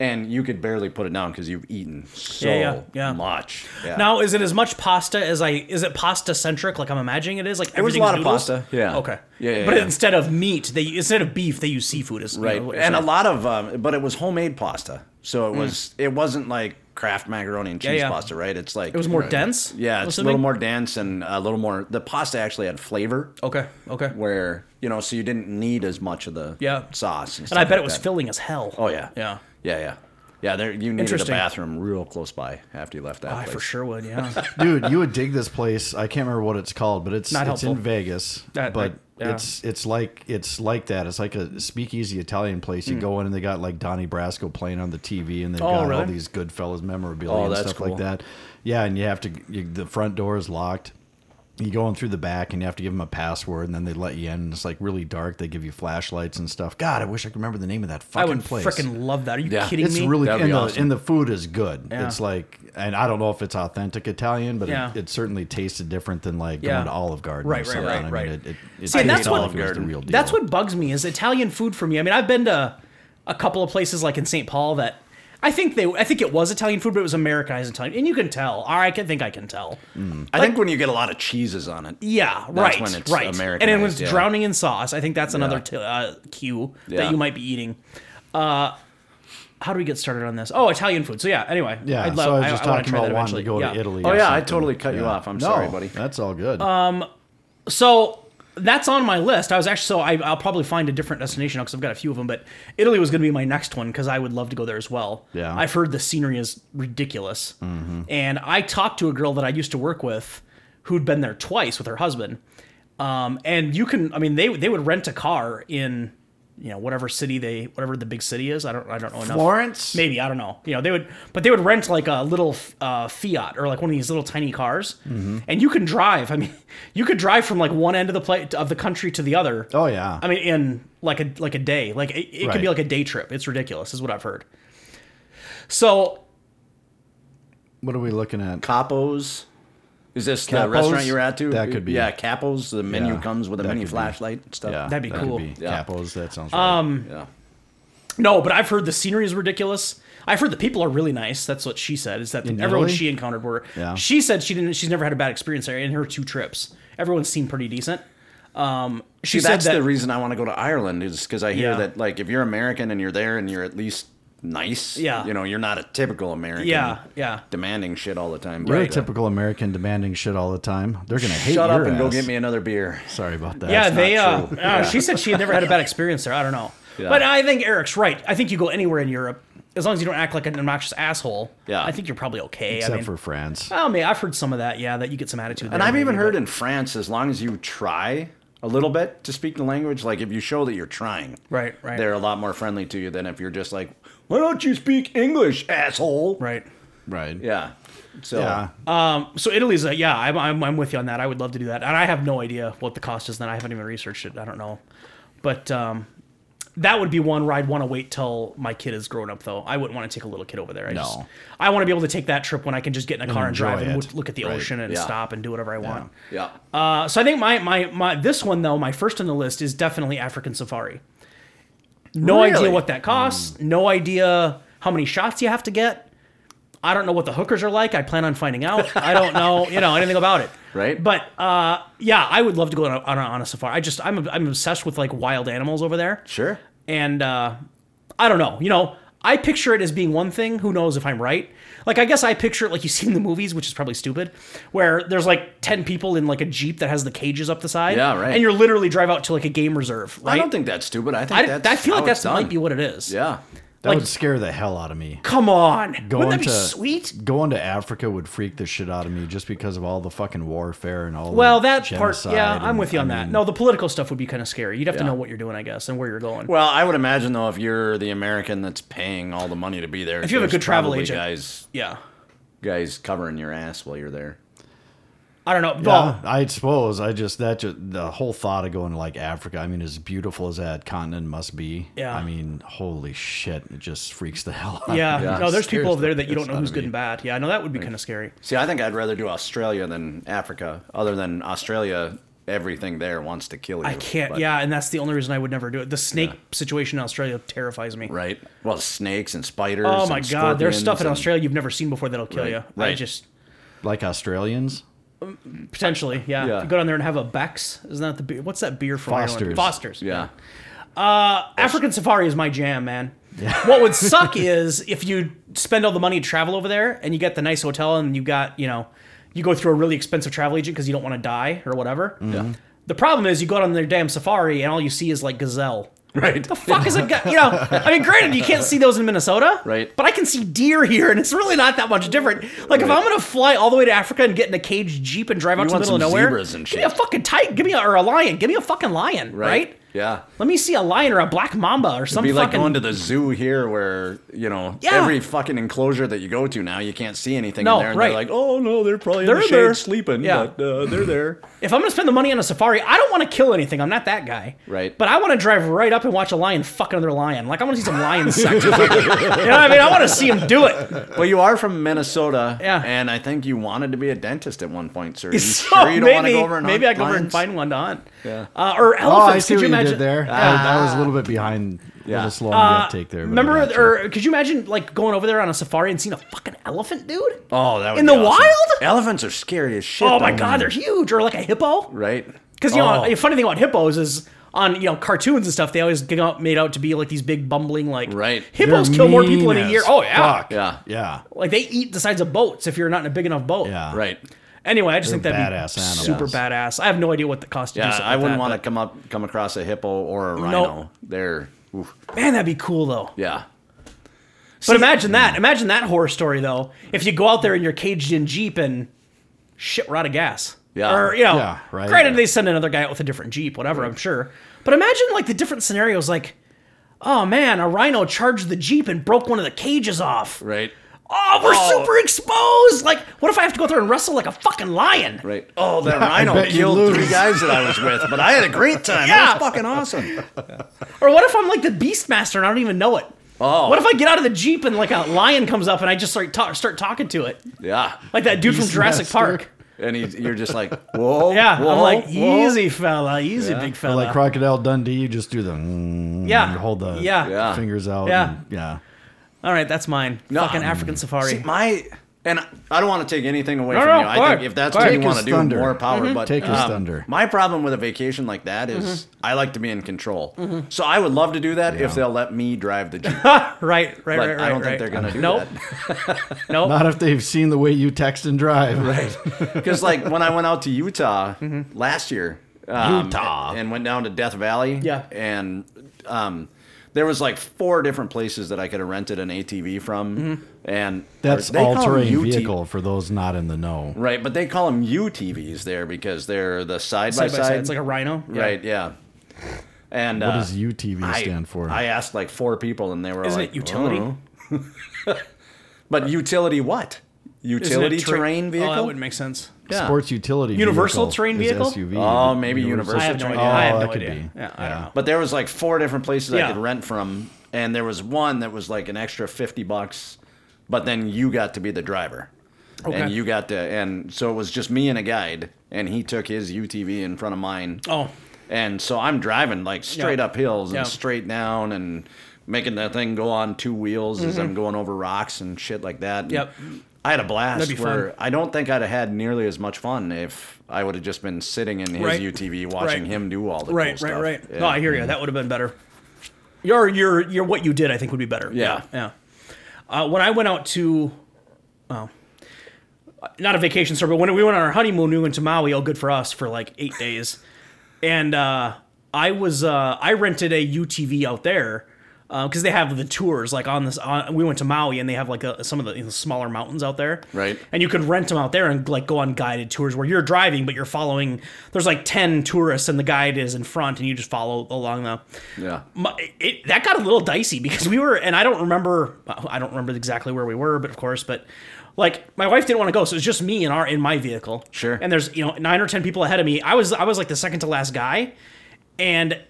D: And you could barely put it down because you've eaten
C: Mm-hmm.
D: so
C: Yeah, yeah, yeah.
D: much. Yeah.
C: Now, is it as much pasta as I? Is it pasta centric? Like I'm imagining it is. Like
D: was a
C: everything's
D: lot of
C: noodles?
D: pasta, yeah.
C: Okay.
D: Yeah, yeah,
C: but
D: yeah.
C: instead of meat, they instead of beef, they use seafood as you know,
D: right
C: what you're
D: and a
C: saying.
D: lot of um, but it was homemade pasta so it was it wasn't like Kraft macaroni and cheese
C: Mm. yeah.
D: pasta right it's like
C: It was more dense.
D: yeah
C: I'm
D: it's a
C: assuming?
D: little more dense and a little more the pasta actually had flavor
C: Okay. Okay.
D: where you know so you didn't need as much of the
C: Yeah.
D: sauce and,
C: And I
D: stuff
C: bet
D: like
C: it was
D: that.
C: filling as hell.
D: oh yeah
C: Yeah.
D: yeah yeah yeah there you needed a
C: Interesting. Oh,
D: bathroom real close by after you left that
C: I
D: place
C: for sure would. Yeah.
A: dude, you would dig this place. I can't remember what it's called, but it's
C: Not
A: it's in
C: helpful.
A: Vegas.
C: That-
A: but
C: that- yeah.
A: it's it's like it's like that. It's like a speakeasy Italian place. You go in and they got like Donnie Brasco playing on the TV, and they've
C: Hmm. Oh,
A: got all
C: really?
A: these Goodfellas memorabilia
D: Oh,
A: and
D: that's
A: stuff
D: cool.
A: like that. Yeah, and you have to you, the front door is locked. You go in through the back and you have to give them a password, and then they let you in. And it's like really dark. They give you flashlights and stuff. God, I wish I could remember the name of that
C: I
A: fucking
C: would
A: place
C: freaking love that. Are you
D: Yeah.
C: kidding
A: it's
C: me?
A: really
D: That'd
A: and
D: be
A: the,
D: awesome.
A: and the food is good.
C: Yeah.
A: It's like and I don't know if it's authentic Italian, but
C: Yeah.
A: it, it certainly tasted different than like
C: Yeah.
A: going to Olive Garden.
C: Right,
A: or
C: right,
A: something.
C: right,
A: I mean,
C: right.
A: It, it, it
C: See, and that's
A: tasted
C: what-
A: like it was the real deal.
C: That's what bugs me is Italian food for me. I mean, I've been to a couple of places like in St. Paul that I think they I think it was Italian food, but it was Americanized Italian, and you can tell. Or I can think I can tell.
D: i think when you get a lot of cheeses on it
C: Yeah, right,
D: Mm. when it's
C: right. and then when it's
D: Americanized, yeah.
C: drowning in sauce, I think that's another t- uh, cue
D: Yeah.
C: that you might be eating. Uh, how do we get started on this? Oh, Italian food. So yeah. Anyway,
A: Yeah,
C: I'd
A: so I
C: love.
A: was just
C: wanna
A: talking
C: try
A: about
C: that
A: wanting to go
C: eventually.
A: to
C: Yeah.
A: Italy.
D: oh
A: or
D: yeah i
A: something.
D: totally cut you
A: Yeah.
D: off i'm
A: No,
D: sorry buddy
A: That's all good.
C: Uh, So that's on my list. I was actually so I, I'll probably find a different destination because I've got a few of them. But Italy was going to be my next one because I would love to go there as well.
A: Yeah.
C: I've heard the scenery is ridiculous, and I talked to a girl that I used to work with who'd been there twice with her husband. Um, and you can, I mean, they they would rent a car in, you know, whatever city they, whatever the big city is. I don't, I don't know enough.
A: Florence?
C: maybe I don't know. You know, they would, but they would rent like a little uh, Fiat or like one of these little tiny cars,
A: Mm-hmm.
C: and you can drive. I mean, you could drive from like one end of the play of the country to the other.
A: oh yeah.
C: I mean, in like a like a day, like it, it could
A: Right.
C: be like a day trip. It's ridiculous, is what I've heard. So
A: what are we looking at?
D: Capos. Is this the
A: Capos?
D: restaurant you're at to?
A: That could be.
D: Yeah, Capos. The menu
A: Yeah,
D: comes with a
A: that
D: mini
A: could be.
D: flashlight and stuff.
A: Yeah,
C: That'd be
A: that could
C: cool.
D: Yeah.
A: Capos. That sounds. Right. Um.
D: Yeah.
C: no, but I've heard the scenery is ridiculous. I've heard the people are really nice. That's what she said. Is that
A: In
C: everyone
A: Italy?
C: she encountered were?
A: Yeah.
C: She said she didn't. She's never had a bad experience there in her two trips. Everyone seemed pretty decent. Um, she
D: See,
C: said
D: that's
C: that
D: the reason I want to go to Ireland is because I hear
C: Yeah.
D: that like if you're American and you're there and you're at least nice,
C: Yeah.
D: you know, you're not a typical American.
C: Yeah, yeah.
D: Demanding shit all the time.
A: You're a
D: Right.
A: typical American demanding shit all the time. They're gonna hate
D: Shut up
A: your
D: and go
A: ass.
D: get me another beer.
A: Sorry about that.
C: yeah,
D: not
C: they. Uh,
D: true.
C: uh, She said she had never had a bad experience there. I don't know,
D: Yeah.
C: but I think Eric's right. I think you go anywhere in Europe as long as you don't act like an obnoxious asshole.
D: Yeah.
C: I think you're probably okay.
A: Except
C: I mean, oh,
A: for France.
C: I mean, I've heard some of that. Yeah, that you get some attitude.
D: And I've even heard in France, as long as you try a little bit to speak the language, like if you show that you're trying,
C: Right, right.
D: they're a lot more friendly to you than if you're just like, why don't you speak English, asshole?
C: right.
A: Right.
D: Yeah. So
A: Yeah.
C: Uh, So Italy's a yeah. I'm, I'm I'm with you on that. I would love to do that, and I have no idea what the cost is. Then I haven't even researched it. I don't know, but um, that would be one where I'd want to wait till my kid is grown up. Though I wouldn't want to take a little kid over there. I just
A: No.
C: I want to be able to take that trip when I can just get in a car and,
A: enjoy
C: drive and
A: it.
C: look- look at the
A: Right.
C: ocean and
D: Yeah.
C: stop and do whatever I want.
D: yeah.
C: Uh, so I think my, my my this one though, my first on the list is definitely African Safari. No
D: Really? Hmm.
C: idea what that costs. No idea how many shots you have to get. I don't know what the hookers are like. I plan on finding out. I don't know, you know, anything about it.
D: Right.
C: But uh, yeah, I would love to go on a, on a, on a safari. I just I'm I'm obsessed with like wild animals over there.
D: Sure.
C: And uh, I don't know. You know, I picture it as being one thing. Who knows if I'm right? Like, I guess I picture it like you see in the movies, which is probably stupid, where there's like 10 people in like a Jeep that has the cages up the side.
D: Yeah, right.
C: And you're literally drive out to like a game reserve, right?
D: I don't think that's stupid. I think
C: I,
D: that's
C: I feel like
D: how it's
C: that's might
D: done.
C: be what it is.
D: Yeah.
A: That
C: like-
A: would scare the hell out of me.
C: Come on.
A: Going
C: Wouldn't that be
A: to-
C: sweet?
A: Going to Africa would freak the shit out of me just because of all the fucking warfare and all. the
C: Well, that part,
A: genocide
C: yeah, I'm
A: and-
C: with you on
A: I
C: that.
A: mean,
C: No, the political stuff would be kind of scary. You'd have to
D: Yeah.
C: know what you're doing, I guess, and where you're going.
D: Well, I would imagine though, if you're the American that's paying all the money to be there,
C: If you have a good travel
D: probably
C: agent.
D: guys
C: yeah.
D: guys covering your ass while you're there.
C: I don't know.
A: Yeah,
C: Well,
A: I suppose. I just that just the whole thought of going to like Africa. I mean, as beautiful as that continent must be.
C: Yeah.
A: I mean, holy shit! It just freaks the hell out. of
C: yeah.
A: me.
C: No, there's people
A: Scares
C: over there
A: the
C: that you don't
A: piss
C: know
A: out
C: who's
A: of
C: good
A: me.
C: and bad. Yeah, I know that would be kind of scary.
D: See, I think I'd rather do Australia than Africa, other than Australia, everything there wants to kill you.
C: I can't.
D: but-
C: yeah, and that's the only reason I would never do it. The snake situation in Australia terrifies me.
D: Right? Well, snakes and spiders.
C: Oh my
D: and
C: god, there's
D: scorpions
C: stuff in
D: and-
C: Australia you've never seen before that'll kill
D: Right,
C: you. I
D: right.
C: just
A: Like Australians,
C: potentially, yeah.
D: Yeah.
C: You go down there and have a Beck's. Isn't that the beer? What's that beer from? Ireland?
A: Foster's.
C: Foster's.
D: Yeah.
C: African safari is my jam, man. what would suck is if you spend all the money to travel over there and you get the nice hotel and you got, you know, you go through a really expensive travel agent because you don't want to die or whatever.
D: Mm-hmm.
C: The problem is you go out on their damn safari and all you see is like gazelle.
D: Right.
C: The fuck is a gu- you know? I mean, granted, you can't see those in Minnesota,
D: Right.
C: But I can see deer here, and it's really not that much different. Like if
D: Right.
C: I'm gonna fly all the way to Africa and get in a caged jeep and drive out to the
D: want
C: middle of
D: some
C: nowhere,
D: zebras and
C: give me
D: shit.
C: a fucking tiger, give me a, or a lion, give me a fucking lion, right?
D: Yeah.
C: Let me see a lion or a black mamba or some
D: Be like
C: fucking.
D: going to the zoo here, where you know
C: Yeah.
D: every fucking enclosure that you go to now, you can't see anything
C: No,
D: in there. And
C: right.
D: They're like, oh no, they're probably in
C: They're
D: the shade
C: there.
D: sleeping,
C: Yeah.
D: but uh, they're there.
C: if I'm gonna spend the money on a safari, I don't want to kill anything. I'm not that guy,
D: Right.
C: But I want to drive right up and watch a lion fuck another lion. Like I want to see some lion sex. you know what I mean? I want to see him do it.
D: Well, you are from Minnesota,
C: Yeah.
D: and I think you wanted to be a dentist at one point, sir. You
C: So
D: sure you don't want to
C: maybe
D: go over and
C: maybe I
D: hunt
C: go over and
D: lions?
C: find one to hunt.
D: Yeah.
C: Uh, or
A: Oh, I
C: elephants.
A: see
C: could
A: what
C: you
A: you
C: imagine Ah.
A: did there. I, I was a little bit behind. Yeah,
D: Yeah.
A: a slow
C: Uh,
A: take there. but I
C: Remember,
A: got you.
C: or could you imagine like going over there on a safari and seeing a fucking elephant, dude?
D: Oh, that would
C: In
D: be
C: the
D: awesome.
C: wild?
D: Elephants are scary as shit.
C: Oh my
D: though.
C: god, they're huge, or like a hippo.
D: Right?
C: Because you know,
D: Oh.
C: a funny thing about hippos is on you know cartoons and stuff, they always get out, made out to be like these big bumbling like
D: Right.
C: hippos
A: They're
C: kill more
A: mean
C: people in a
A: as
C: year. Oh yeah,
A: fuck.
D: Yeah.
A: yeah,
C: like they eat the sides of boats if you're not in a big enough boat.
A: yeah.
D: Right.
C: Anyway, I just
A: They're
C: think that'd be
A: badass animals.
C: super badass. I have no idea what the cost.
D: Yeah, I wouldn't want to come up come across a hippo or a rhino. They're oof.
C: to. Man, that'd be cool though.
D: yeah.
C: But imagine that. Imagine that horror story though. If you go out there in your caged in Jeep and shit we're out of gas.
D: Yeah.
C: Or you know
A: Yeah, right.
C: granted they send another guy out with a different Jeep, whatever, I'm sure. But imagine like the different scenarios like Oh man, a rhino charged the Jeep and broke one of the cages off.
D: Right.
C: Oh, we're
D: Oh.
C: super exposed. Like, what if I have to go out there and wrestle like a fucking lion?
D: Right. Oh, that rhino
A: bet you
D: killed
A: lose.
D: three guys that I was with, but I had a great time.
C: Yeah.
D: That was fucking awesome.
C: Or what if I'm like the Beastmaster and I don't even know it?
D: Oh.
C: What if I get out of the Jeep and like a lion comes up and I just start, ta- start talking to it?
D: Yeah.
C: Like that dude from Jurassic
A: Beastmaster.
C: Park.
D: And he, you're just like, whoa.
C: Yeah,
D: whoa,
C: I'm like
D: whoa.
C: easy, fella, easy,
D: Yeah.
C: big
A: Or
C: fella.
A: Like Crocodile Dundee, you just do the mm,
C: Yeah.
A: and hold the
C: Yeah.
D: Yeah.
A: fingers out.
C: Yeah.
A: and- yeah.
C: All right, that's mine.
D: No.
C: Fucking
A: Mm.
C: African safari.
D: See, my and I don't want to take anything away
C: No,
D: from
C: no,
D: you.
C: go
D: I
C: ahead.
D: think if that's
C: Go
D: what
C: ahead.
D: you
A: Take
D: want to
A: his
D: do,
A: thunder. Mm-hmm.
D: more power. But um,
A: Take his thunder. Mm-hmm.
D: My problem with a vacation like that is I like to be in control. So I would love to do that if they'll let me drive the jeep. Like,
C: right, right, right, right.
D: I don't think
C: right.
D: they're gonna do
C: Nope,
D: that.
C: nope.
A: Not if they've seen the way you text and drive. Right.
D: Because like when I went out to Utah last year, um,
A: Mm-hmm. Utah.
D: and went down to Death Valley,
C: Yeah.
D: and um, there was like four different places that I could have rented an ATV from, and
A: Mm-hmm. That's
D: or they call them
A: all-terrain
D: UT
A: vehicle for those not in the know.
D: right? But they call them UTVs there because they're the side by
C: side by side,
D: side.
C: it's like a rhino. Yeah.
D: Right. Yeah. And
A: What
D: uh,
A: does UTV
D: I-
A: stand for?
D: I asked like four people, and they were
C: Isn't
D: like,
C: it utility?
D: "Oh." but utility what?
C: Isn't it
D: Utility
C: terra-
D: terrain vehicle?
C: Oh, that would make sense.
D: yeah.
A: Sports utility
C: Universal
A: vehicle
C: terrain
A: is
C: vehicle?
A: SUV.
D: Oh, maybe
C: I
D: universal.
C: have no
D: terrain-
C: idea. I
A: Oh,
C: have
A: that
C: no
A: could
C: idea.
A: be.
C: Yeah, I don't know.
D: But there was like four different places
C: Yeah.
D: I could rent from, and there was one that was like an extra fifty bucks, but then you got to be the driver,
C: Okay.
D: and you got to, and so it was just me and a guide, and he took his UTV in front of mine.
C: Oh,
D: And so I'm driving like straight
C: Yeah.
D: up hills and
C: Yeah.
D: straight down and making that thing go on two wheels as I'm going over rocks and shit like that. And
C: Mm-hmm. Yep.
D: I had a blast
C: That'd be
D: where
C: fun.
D: I don't think I'd have had nearly as much fun if I would have just been sitting in his
C: Right.
D: UTV watching
C: Right.
D: him do all the
C: right,
D: cool
C: right,
D: stuff.
C: right.
D: Yeah.
C: No, I hear you. That would have been better. Your, your, your, what you did, I think, would be better.
D: Yeah.
C: yeah. Uh, when I went out to, oh, not a vacation store, but when we went on our honeymoon, we went to Maui. Oh, good for us for like eight days, and uh, I was, uh, I rented a UTV out there because they have the tours like on this. On, we went to Maui and they have like a, some of the you know, smaller mountains out there,
D: Right.
C: And you could rent them out there and like go on guided tours where you're driving, but you're following. There's like ten tourists and the guide is in front, and you just follow along the
D: Yeah.
C: my, it, that got a little dicey because we were, and I don't remember, I don't remember exactly where we were, but of course, but Like my wife didn't want to go, so it was just me in our in my vehicle.
D: Sure.
C: And there's you know nine or ten people ahead of me. I was I was like the second to last guy, and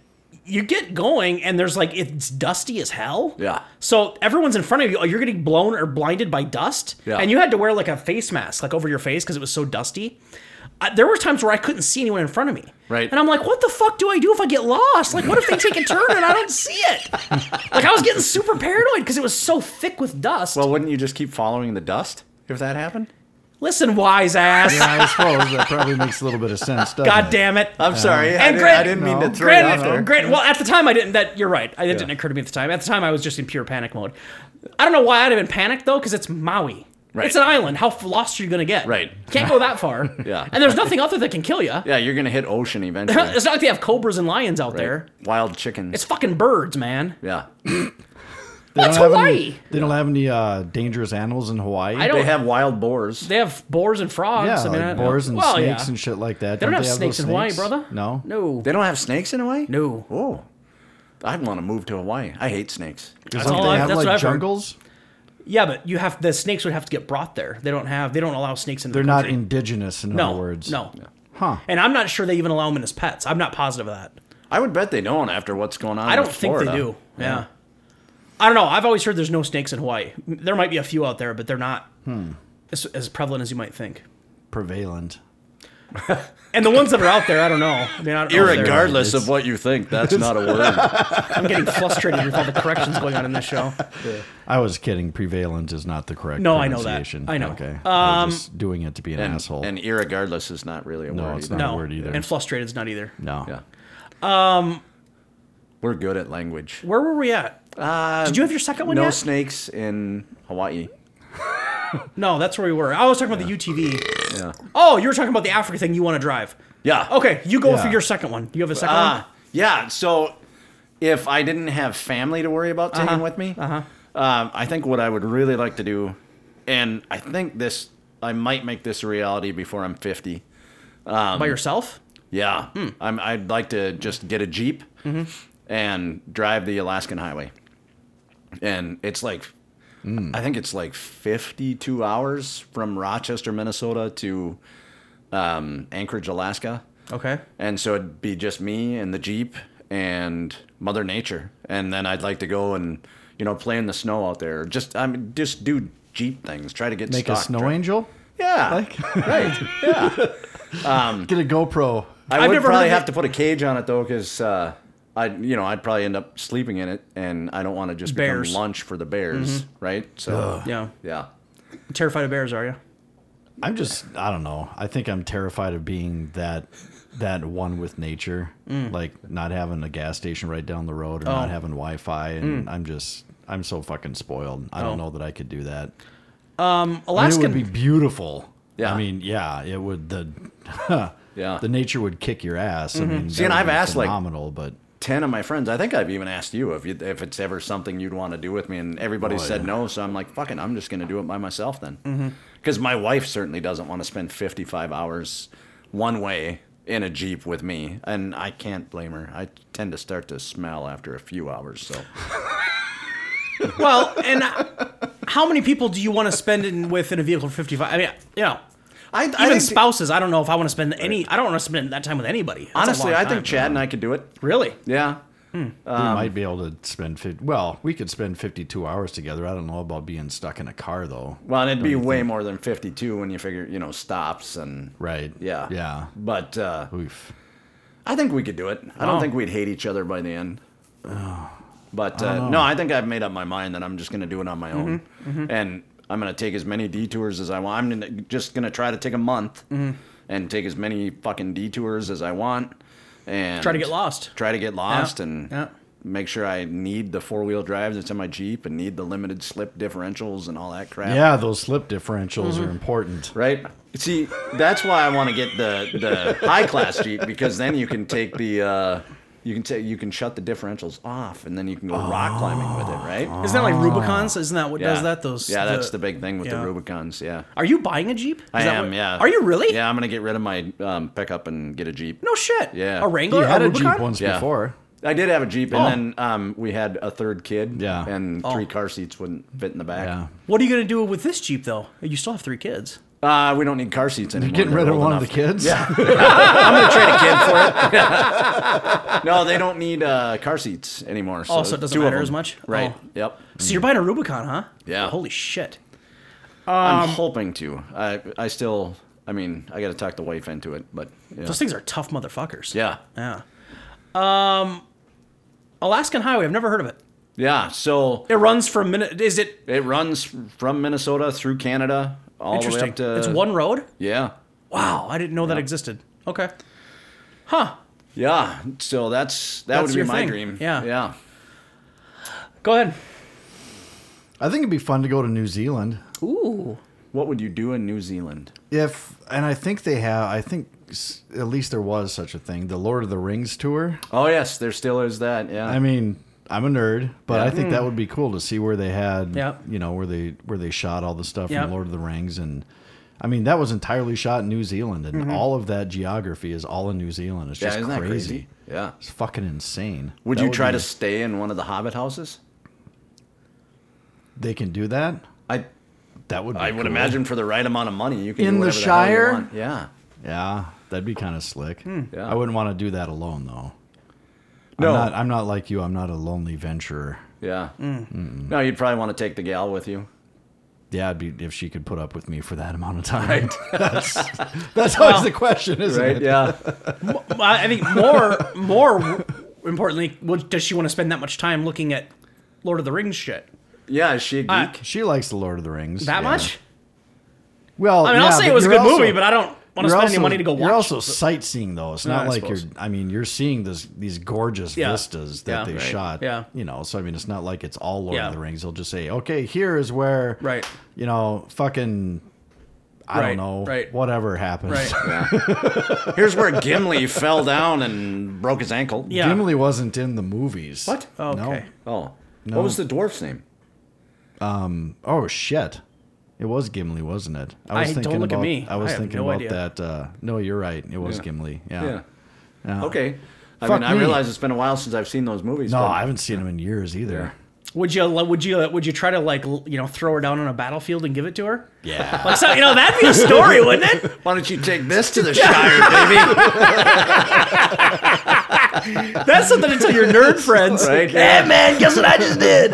C: you get going, and there's like it's dusty as hell.
D: Yeah.
C: So everyone's in front of you. oh, You're getting blown or blinded by dust.
D: Yeah.
C: And you had to wear like a face mask like over your face because it was so dusty. I, there were times where I couldn't see anyone in front of me.
D: Right.
C: And I'm like, what the fuck do I do if I get lost? Like, what if they take a turn and I don't see it? Like, I was getting super paranoid because it was so thick with dust.
D: Well, wouldn't you just keep following the dust if that happened?
C: Listen, wise ass.
A: Yeah, I suppose that probably makes a little bit of sense. doesn't
C: God
A: it?
C: damn it.
D: I'm sorry. I,
C: And
D: did,
C: Grant-
D: I didn't mean
A: No.
D: to throw it out there.
C: Grant, Grant, well, at the time I didn't. That you're right. I, it didn't occur to me at the time. At the time I was just in pure panic mode. I don't know why I'd have been panicked though, because it's Maui.
D: Right.
C: It's an island. How f- lost are you gonna get?
D: Right.
C: You can't go that far.
D: Yeah.
C: And there's nothing out there that can kill you.
D: Yeah, you're gonna hit ocean eventually.
C: it's not like they have cobras and lions out there.
D: Wild chickens.
C: It's fucking birds, man.
D: yeah.
A: They don't
C: That's
A: have any-
C: Hawaii.
A: they don't have any uh, dangerous animals in Hawaii.
C: I don't.
D: They have wild boars.
C: They have boars and frogs.
A: Yeah,
C: I mean, I-
A: like boars and
C: well,
A: snakes
C: yeah.
A: and shit like that.
C: They don't have
A: have those
C: snakes in Hawaii,
A: snakes?
C: brother.
A: No.
C: No.
D: They don't have snakes in Hawaii?
C: No.
D: Oh. I'd want to move to Hawaii. I hate snakes.
A: Because
C: That's all
A: they
C: I-
A: have
C: that's what
A: like
C: I've heard.
A: jungles.
C: Yeah, but you have the snakes would have to get brought there. They don't have. They don't allow snakes in.
A: They're
C: the
A: not
C: country.
A: indigenous, in
C: No
A: other words.
C: No.
A: Huh.
C: And I'm not sure they even allow them in as pets. I'm not positive of that.
D: I would bet they don't after what's going on.
C: I don't
D: in
C: think
D: Florida.
C: they do. Yeah. I don't know. I've always heard there's no snakes in Hawaii. There might be a few out there, but they're not
A: Hmm.
C: as, as prevalent as you might think.
A: Prevalent.
C: And the ones that are out there, I don't know. I mean, I don't know if they're-
D: Irregardless of what you think, that's not a word.
C: I'm getting frustrated with all the corrections going on in this show.
A: I was kidding. Prevalent is not the correct
C: No, I know that.
A: pronunciation.
C: I know. Um,
A: Okay. I was just doing it to be an
D: And,
A: asshole.
D: and irregardless is not really a word.
A: it's
D: either.
A: not.
C: No.
A: word either.
C: And frustrated is not either.
A: no.
D: Yeah. Um,
C: Um,
D: We're good at language.
C: Where were we at?
D: Uh,
C: Did you have your second one
D: no
C: yet?
D: snakes in Hawaii.
C: no, that's where we were. I was talking about the UTV.
D: Yeah.
C: Oh, you were talking about the Africa thing you want to drive.
D: Yeah.
C: Okay, you go
A: Yeah.
C: for your second one. You have a second one?
D: Ah, yeah. So if I didn't have family to worry about taking with me, uh-huh. um, I think what I would really like to do, and I think this, I might make this a reality before I'm 50. Ah, um,
C: By yourself?
D: Yeah. I'm, I'd like to just get a Jeep and drive the Alaskan Highway. And it's like, I think it's like 52 hours from Rochester, Minnesota to um, Anchorage, Alaska.
C: Okay.
D: And so it'd be just me and the Jeep and Mother Nature. And then I'd like to go and, you know, play in the snow out there. Just I mean, just do Jeep things. Try to get
A: Make a
D: stock
A: snow
D: tra-
A: angel.
D: Yeah.
A: Like-
D: right. Yeah. Hmm.
A: Get a GoPro.
D: I
C: I've
D: would
C: never
D: probably
C: heard of
D: have
C: it.
D: to put a cage on it though, because uh, I, you know, I'd probably end up sleeping in it, and I don't want to just
C: Bears. Mm-hmm.
D: become lunch for the bears, right? So
C: Yeah.
D: yeah.
C: Terrified of bears, are Um, you?
A: I'm just. I don't know. I think I'm terrified of being that that one with nature.
C: Hmm.
A: Like not having a gas station right down the road or
C: Oh.
A: not having Wi-Fi, and I'm just. I'm so fucking spoiled. I don't
C: Hmm. Oh.
A: know that I could do that. I mean, it
C: Alaskan.
A: would be beautiful.
D: Yeah.
A: I mean, yeah, it would. The
D: Yeah.
A: the nature would kick your ass.
C: Mm-hmm.
A: I mean,
D: See, and
A: that would
D: I've
A: be
D: asked, like-
A: phenomenal, but
D: Ten of my friends, I think I've even asked you if you, if it's ever something you'd want to do with me, and everybody
A: Oh,
D: said
A: yeah.
D: no. So I'm like, fucking, I'm just gonna do it by myself
C: Mm-hmm.
D: then, because my wife certainly doesn't want to spend 55 hours one way in a jeep with me, and I can't blame her. I tend to start to smell after a few hours, so
C: well, and uh, how many people do you want to spend in, with in a vehicle for 55? I mean, you know,
D: I I
C: even
D: think-
C: spouses, I don't know if I want to spend any, I don't want to spend that time with anybody. That's a
D: Honestly,
C: long
D: I think
C: time.
D: Chad and I could do it.
C: Really?
D: Yeah. Um,
A: we might be able to spend 50, well, we could spend 52 hours together. I don't know about being stuck in a car though.
D: Well, and it'd be way more than 52 when you figure, you know, stops and.
A: Right.
D: Yeah.
A: Yeah.
D: But uh,
A: Oof.
D: I think we could do it. I
C: Wow.
D: don't think we'd hate each other by the end. But uh, no, I think I've made up my mind that I'm just going to do it on my own.
C: Mm-hmm,
D: And I'm going to take as many detours as I want. I'm gonna, just going to try to take a month
C: Mm-hmm.
D: and take as many fucking detours as I want. And
C: Try to get lost.
D: Try to get lost
C: Yeah.
D: and
C: Yeah.
D: make sure I need the four wheel drive that's in my Jeep and need the limited slip differentials and all that crap.
A: Yeah, those slip differentials are important.
D: Mm-hmm. Right. See, that's why I want to get the the high class Jeep because then you can take the uh, you can take you can shut the differentials off and then you can go rock climbing with it, right?
C: Isn't that
A: Oh.
C: like Rubicons? Isn't that what
D: yeah.
C: does Oh. that? Those.
D: yeah, that's the big thing with
C: yeah.
D: the Rubicons. Yeah,
C: Are you buying a Jeep? Is
D: I
C: that
D: am.
C: what-
D: yeah.
C: Are you really?
D: Yeah, I'm gonna get rid of my um, pickup and get a Jeep.
C: No shit.
D: Yeah.
C: A
A: You
C: Wrangler?
A: had a
C: Rubicon?
A: Jeep once
D: Yeah.
A: before.
D: I did have a Jeep, and
C: Oh.
D: then um, we had a third kid.
A: Yeah.
D: And
C: Oh.
D: three car seats wouldn't fit in the back.
A: Yeah.
C: What are you gonna do with this Jeep though? You still have three kids.
D: Uh, we don't need car seats anymore.
A: Getting rid
D: They're
A: of
D: old
A: one of
D: enough.
A: the kids. Yeah.
D: No, they don't need uh, car seats anymore. So
C: Oh, so it doesn't
D: two of
C: matter
D: them.
C: as much?
D: Right.
C: Oh.
D: Yep.
C: So you're buying a Rubicon, huh?
D: Mm. Yeah.
C: Holy shit.
D: I'm hoping to. I I still. I mean, I got to talk the wife into it, but yeah.
C: Those things are tough motherfuckers.
D: yeah.
C: Yeah. Um, Alaskan Highway. I've never heard of it.
D: Yeah. So
C: It runs from minute. Is it
D: it runs from Minnesota through Canada all the way
C: interesting?
D: up to.
C: it's one road.
D: Yeah.
C: Wow, I didn't know that existed. Okay. Huh.
D: Yeah. So that's that
C: That's
D: would be
C: your
D: my
C: thing.
D: dream.
C: Yeah.
D: Yeah.
C: Go ahead.
A: I think it'd be fun to go to New Zealand.
C: Ooh.
D: What would you do in New Zealand?
A: If and I think they have. I think s- at least there was such a thing. The Lord of the Rings tour.
D: Oh yes, there still is that. Yeah.
A: I mean, I'm a nerd, but I think that would be cool to see where they had,
C: Mm. Yeah.
A: you know, where they where they shot all the stuff
C: Yeah.
A: from Lord of the Rings, and I mean that was entirely shot in New Zealand,
C: Mm-hmm.
A: and all of that geography is all in New Zealand. It's
D: yeah,
A: just
D: isn't
A: crazy.
D: that crazy? Yeah.
A: It's fucking insane.
D: Would
A: That
D: you try
A: be-
D: to stay in one of the Hobbit houses?
A: They can do that.
D: I
A: That would. Be
D: I would
A: cool.
D: imagine for the right amount of money, you can
A: In
D: do
A: the
D: whatever hell you
A: Shire?
D: want. yeah.
A: Yeah, that'd be kind of slick.
C: Hmm.
D: Yeah.
A: I wouldn't want to do that alone though.
D: No.
A: I'm not, I'm not like you. I'm not a lonely venturer.
D: Yeah. Mm. No, you'd probably want to take the gal with you.
A: Yeah, it'd be if she could put up with me for that amount of time. that's that's always the question, isn't it?
D: Yeah.
C: I I think more, more importantly, what, does she want to spend that much time looking at Lord of the Rings shit?
D: yeah. Is she a geek?
C: Uh,
A: She likes the Lord of the Rings.
C: That
A: yeah.
C: much?
A: Well,
C: I mean, I'll say it was a good movie, but I don't want to spend any money to go watch.
A: You're also sightseeing though. It's not
C: I
A: like
C: suppose.
A: you're. I mean, you're seeing this these gorgeous
C: Yeah.
A: vistas that
C: Yeah.
A: they
C: Right.
A: shot.
C: Yeah.
A: You know, so I mean, it's not like it's all Lord
C: Yeah.
A: of the Rings. They'll just say, okay, here is where.
C: Right.
A: You know, fucking. I don't
C: Right,
A: know.
C: right.
A: Whatever happens.
C: right?
D: Here's where Gimli fell down and broke his ankle.
C: Yeah.
A: Gimli wasn't in the movies.
D: What?
C: Oh,
A: No.
C: okay.
D: Oh. What was the dwarf's name?
A: Oh shit. It was Gimli, wasn't it?
C: I- don't look at
A: about,
C: me.
A: I was
C: I have
A: thinking
C: no
A: about
C: idea.
A: that. Uh, no, you're right. It was
D: Yeah.
A: Gimli.
D: Yeah.
A: Yeah.
D: Okay. I
A: Fuck
D: mean, I
A: me.
D: realize it's been a while since I've seen those movies.
A: No,
D: but-
A: I haven't seen him in years either.
C: Would you? Would you? Would you try to like l- you know throw her down on a battlefield and give it to her?
A: Yeah.
C: Like so, you know that'd be a story, wouldn't it?
D: Why don't you take this to the Shire, baby?
C: That's something to tell your nerd friends.
D: Right?
C: Hey man, guess what I just did?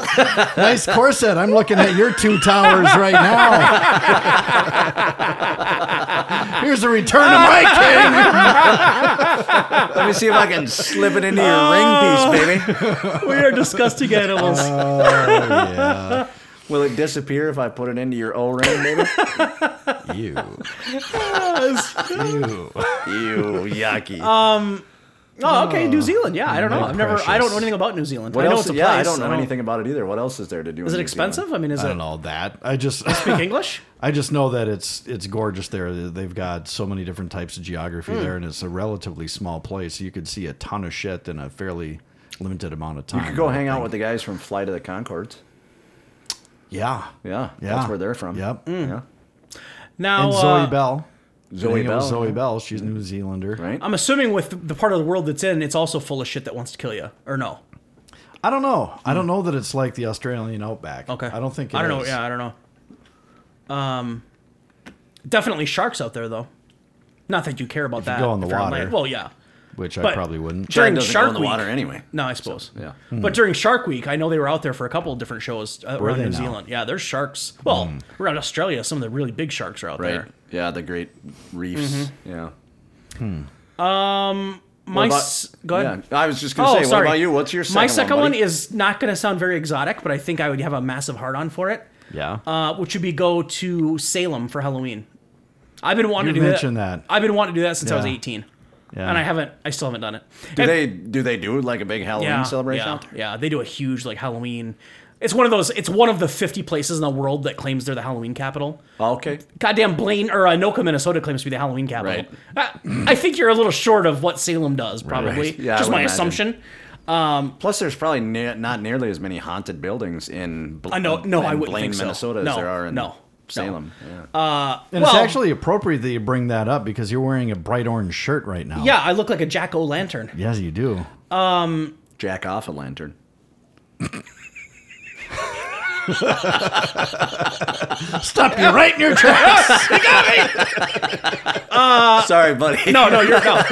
A: nice corset. I'm looking at your two towers right now. Here's the return of my king.
D: Let me see if I can slip it into your ring piece, baby.
C: We are disgusting animals.
D: Uh, Will it disappear if I put it into your O ring, baby?
A: You.
D: Ew, yucky.
C: oh, okay, New Zealand. Yeah, I don't know.
A: my
C: I've never. I don't
A: precious.
C: know anything about New Zealand.
D: what
C: I know
D: else?
C: it's a
D: yeah, I
C: place,
D: don't know anything about it either. What else is there to do?
C: Is it expensive? I mean, is
A: I
C: it
A: don't know that. I just
C: speak English?
A: I just know that it's it's gorgeous there. They've got so many different types of geography there, and it's a relatively small place. You could see a ton of shit in a fairly limited amount of time.
D: You could go
A: I
D: hang out
A: think.
D: with the guys from Flight of the Concords.
A: Yeah,
D: Yeah,
A: yeah.
D: that's where they're from.
A: Yep.
C: Mm.
D: Yeah.
C: Now,
A: And Zoe
C: uh,
A: Bell.
D: Zoe
A: Hanging out with
D: Bell.
A: Zoe Bell. She's a New Zealander.
D: Right.
C: I'm assuming with the part of the world that's in, it's also full of shit that wants to kill you, or no?
A: I don't know. I don't know that it's like the Australian outback.
C: Hmm. Okay.
A: I don't think. It
C: I don't know.
A: is.
C: Yeah, I don't know. Um, definitely sharks out there though. Not that you care about that.
A: go in the
C: if you're on
A: water.
C: land. Well, yeah.
A: Which I
C: But-
A: probably wouldn't.
C: During
D: Chad doesn't
C: Shark
D: go in the
C: Week-
D: water anyway.
C: No, I suppose.
D: Yeah.
C: But during Shark Week, I know they were out there for a couple of different shows uh, around
A: Hmm. they
C: New
A: now? Hmm.
C: Zealand. Yeah, there's sharks. Well, around Australia, some of the really big sharks are out
D: Right.
C: there. Mm-hmm.
D: Yeah, the Great Reefs. Yeah.
C: My
D: about-
C: s- go ahead.
D: Yeah. I was just gonna
C: Oh,
D: say,
C: sorry.
D: what about you? What's your second
C: My second one,
D: buddy?
C: is not going to sound very exotic, but I think I would have a massive heart on for it,
A: Yeah.
C: uh, which would be go to Salem for Halloween. I've been wanting
A: You
C: to do
A: mentioned that.
C: I've been wanting to do that since I was
A: Yeah.
C: 18,
A: yeah.
C: and I haven't. I still haven't done it.
D: Do
C: And-
D: they do they do like a big Halloween
C: yeah,
D: celebration?
C: Yeah,
D: out there?
C: yeah, they do a huge like Halloween. It's one of those. It's one of the 50 places in the world that claims they're the Halloween capital.
D: Okay.
C: Goddamn Blaine or uh, Anoka, Minnesota claims to be the Halloween capital. Uh,
D: Right.
C: I, I think you're a little short of what Salem does, probably.
D: Right. Yeah, I
C: Just
D: would
C: my
D: imagine.
C: assumption.
D: Plus, there's probably ne- not nearly as many haunted buildings in. Bl-
C: I know- no,
D: in
C: I wouldn't
D: Blaine,
C: think so.
D: Minnesota,
C: No,
D: as there are in
C: no, no.
D: Salem. Yeah.
A: and
C: well-
A: it's actually appropriate that you bring that up because you're wearing a bright orange shirt right now.
C: Yeah, I look like a jack o' lantern.
A: Yes, you do.
D: jack off a lantern.
C: Uh,
A: Stop you right in your tracks.
C: Uh,
D: Sorry, buddy.
C: No, no, you're no.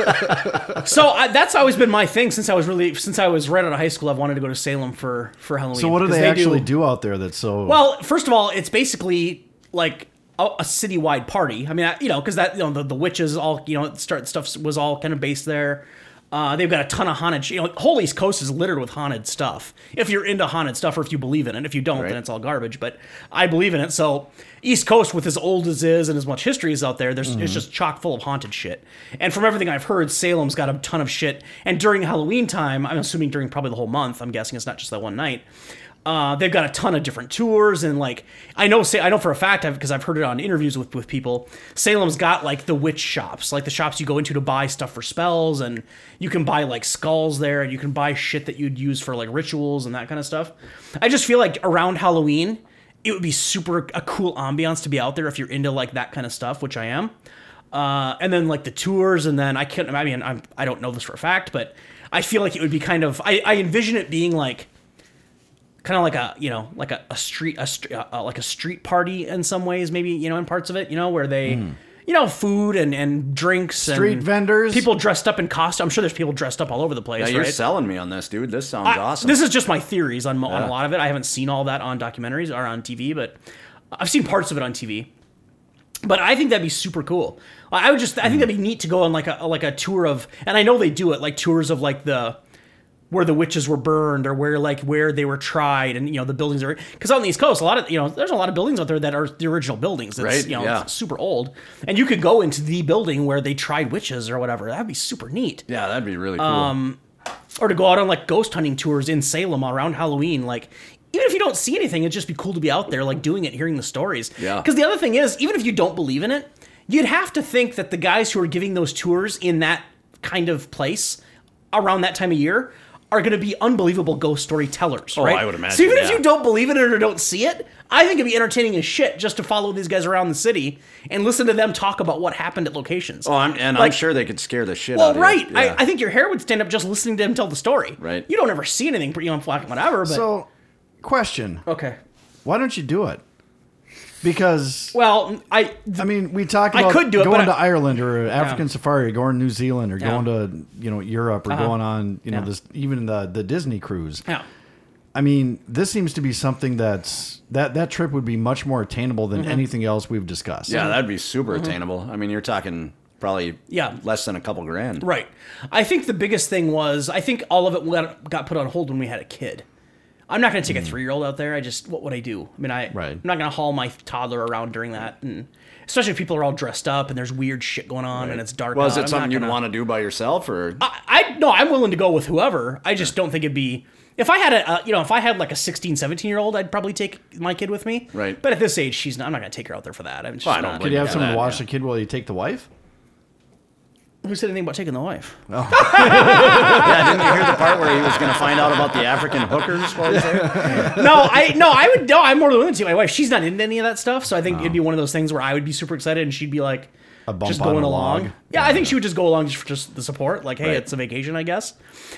C: So I, that's always been my thing since I was really since I was right out of high school. I've wanted to go to Salem for for Halloween.
A: so what do
C: because
A: they, actually do, out there that's so?
C: Well, first of all, it's basically like a, a citywide party. I mean, I, you know, because that you know the, the witches all you know start stuff was all kind of based there. Uh, they've got a ton of haunted. sh- You know, whole East Coast is littered with haunted stuff. If you're into haunted stuff, or if you believe in it, if you don't,
D: Right.
C: then it's all garbage. But I believe in it. So East Coast, with as old as is and as much history as out there, there's it's just chock full of haunted shit. And from everything I've heard, Salem's got a ton of shit. And during Halloween time, I'm assuming during probably the whole month. I'm guessing it's not just that one night. Uh, they've got a ton of different tours and like I know say I know for a fact because I've heard it on interviews with with people. Salem's got like the witch shops, like the shops you go into to buy stuff for spells, and you can buy like skulls there, and you can buy shit that you'd use for like rituals and that kind of stuff. I just feel like around Halloween, it would be super a cool ambiance to be out there if you're into like that kind of stuff, which I am. Uh, and then like the tours, and then I can't. I mean, I'm, I don't know this for a fact, but I feel like it would be kind of. I, I envision it being like kind of like a you know like a, a street a str- uh, uh, like a street party in some ways maybe you know in parts of it you know where they
D: Hmm.
C: you know food and and drinks and
A: Street vendors?
C: people dressed up in costume i'm sure there's people dressed up all over the place
D: Now, you're
C: right?
D: selling me on this, dude. This sounds
C: I-
D: awesome.
C: This is just my theories on, on a lot of it. I haven't seen all that on documentaries or on TV, but I've seen parts of it on TV. But I think that'd be super cool. I I would just I
D: Hmm.
C: think that'd be neat to go on like a like a tour of, and I know they do it like tours of like the where the witches were burned or where like where they were tried and you know the buildings are because on the east coast a lot of you know there's a lot of buildings out there that are the original buildings that's
D: Right,
C: you know
D: yeah.
C: super old and you could go into the building where they tried witches or whatever that'd be super neat
D: yeah, that'd be really cool.
C: Um, or to go out on like ghost hunting tours in Salem around Halloween. Like, even if you don't see anything, it'd just be cool to be out there, like doing it, hearing the stories.
D: Yeah.
C: Because the other thing is, even if you don't believe in it, you'd have to think that the guys who are giving those tours in that kind of place around that time of year are going to be unbelievable ghost storytellers. Oh,
D: I would imagine,
C: So even if
D: yeah.
C: you don't believe in it or don't see it, I think it'd be entertaining as shit just to follow these guys around the city and listen to them talk about what happened at locations.
D: oh, I'm, and I'm
C: like-
D: sure they could scare the shit out
C: Well,
D: of you.
C: right.
D: Yeah.
C: I, I think your hair would stand up just listening to him tell the story.
D: Right.
C: You don't ever see anything, you know, fucking whatever. But
A: so question:
C: okay.
A: Why don't you do it? Because
C: Well, I
A: I mean, we talk
C: I
A: about
C: could do it,
A: going
C: but I-
A: to Ireland or African safari, going to New Zealand or
C: Yeah. Uh-huh.
A: going to you know Europe or going on you know
C: Yeah.
A: this even the the Disney cruise.
C: yeah,
A: I mean, this seems to be something that's that that trip would be much more attainable than
C: Mm-hmm.
A: anything else we've discussed.
D: yeah, that'd be super attainable. I mean, you're talking probably
C: Yeah.
D: less than a couple grand.
C: right. I think the biggest thing was I think all of it got, got put on hold when we had a kid. I'm not going to take a
D: Mm-hmm.
C: three year old out there. I just what would I do? I mean, I
A: Right.
C: I'm not going to haul my toddler around during that, and especially if people are all dressed up and there's weird shit going on and it's dark.
D: Was
C: out, I'm
D: it
C: not
D: something you'd
C: gonna-
D: want to do by yourself, or
C: I I- no, I'm willing to go with whoever. I just don't think it'd be if I had a uh, you know if I had like a 16, 17 year old, I'd probably take my kid with me.
D: Right.
C: But at this age, she's not. I'm not gonna take her out there for that. I'm just
D: Well, I don't
C: not.
A: Could you have
D: blame Yeah,
A: someone
D: that,
A: watch the kid while you take the wife?
C: Who said anything about taking the wife?
D: yeah, didn't you hear the part where he was going to find out about the African hookers while he's there?
C: no, I no, I would no. I'm more than willing to. My wife, she's not into any of that stuff, so I think it'd
D: Oh.
C: be one of those things where I would be super excited and she'd be like,
A: A bump
C: just
A: on
C: going
A: a
C: along.
A: log.
C: Yeah, I think she would just go along just for just the support. Like, hey,
D: Right.
C: it's a vacation, I guess.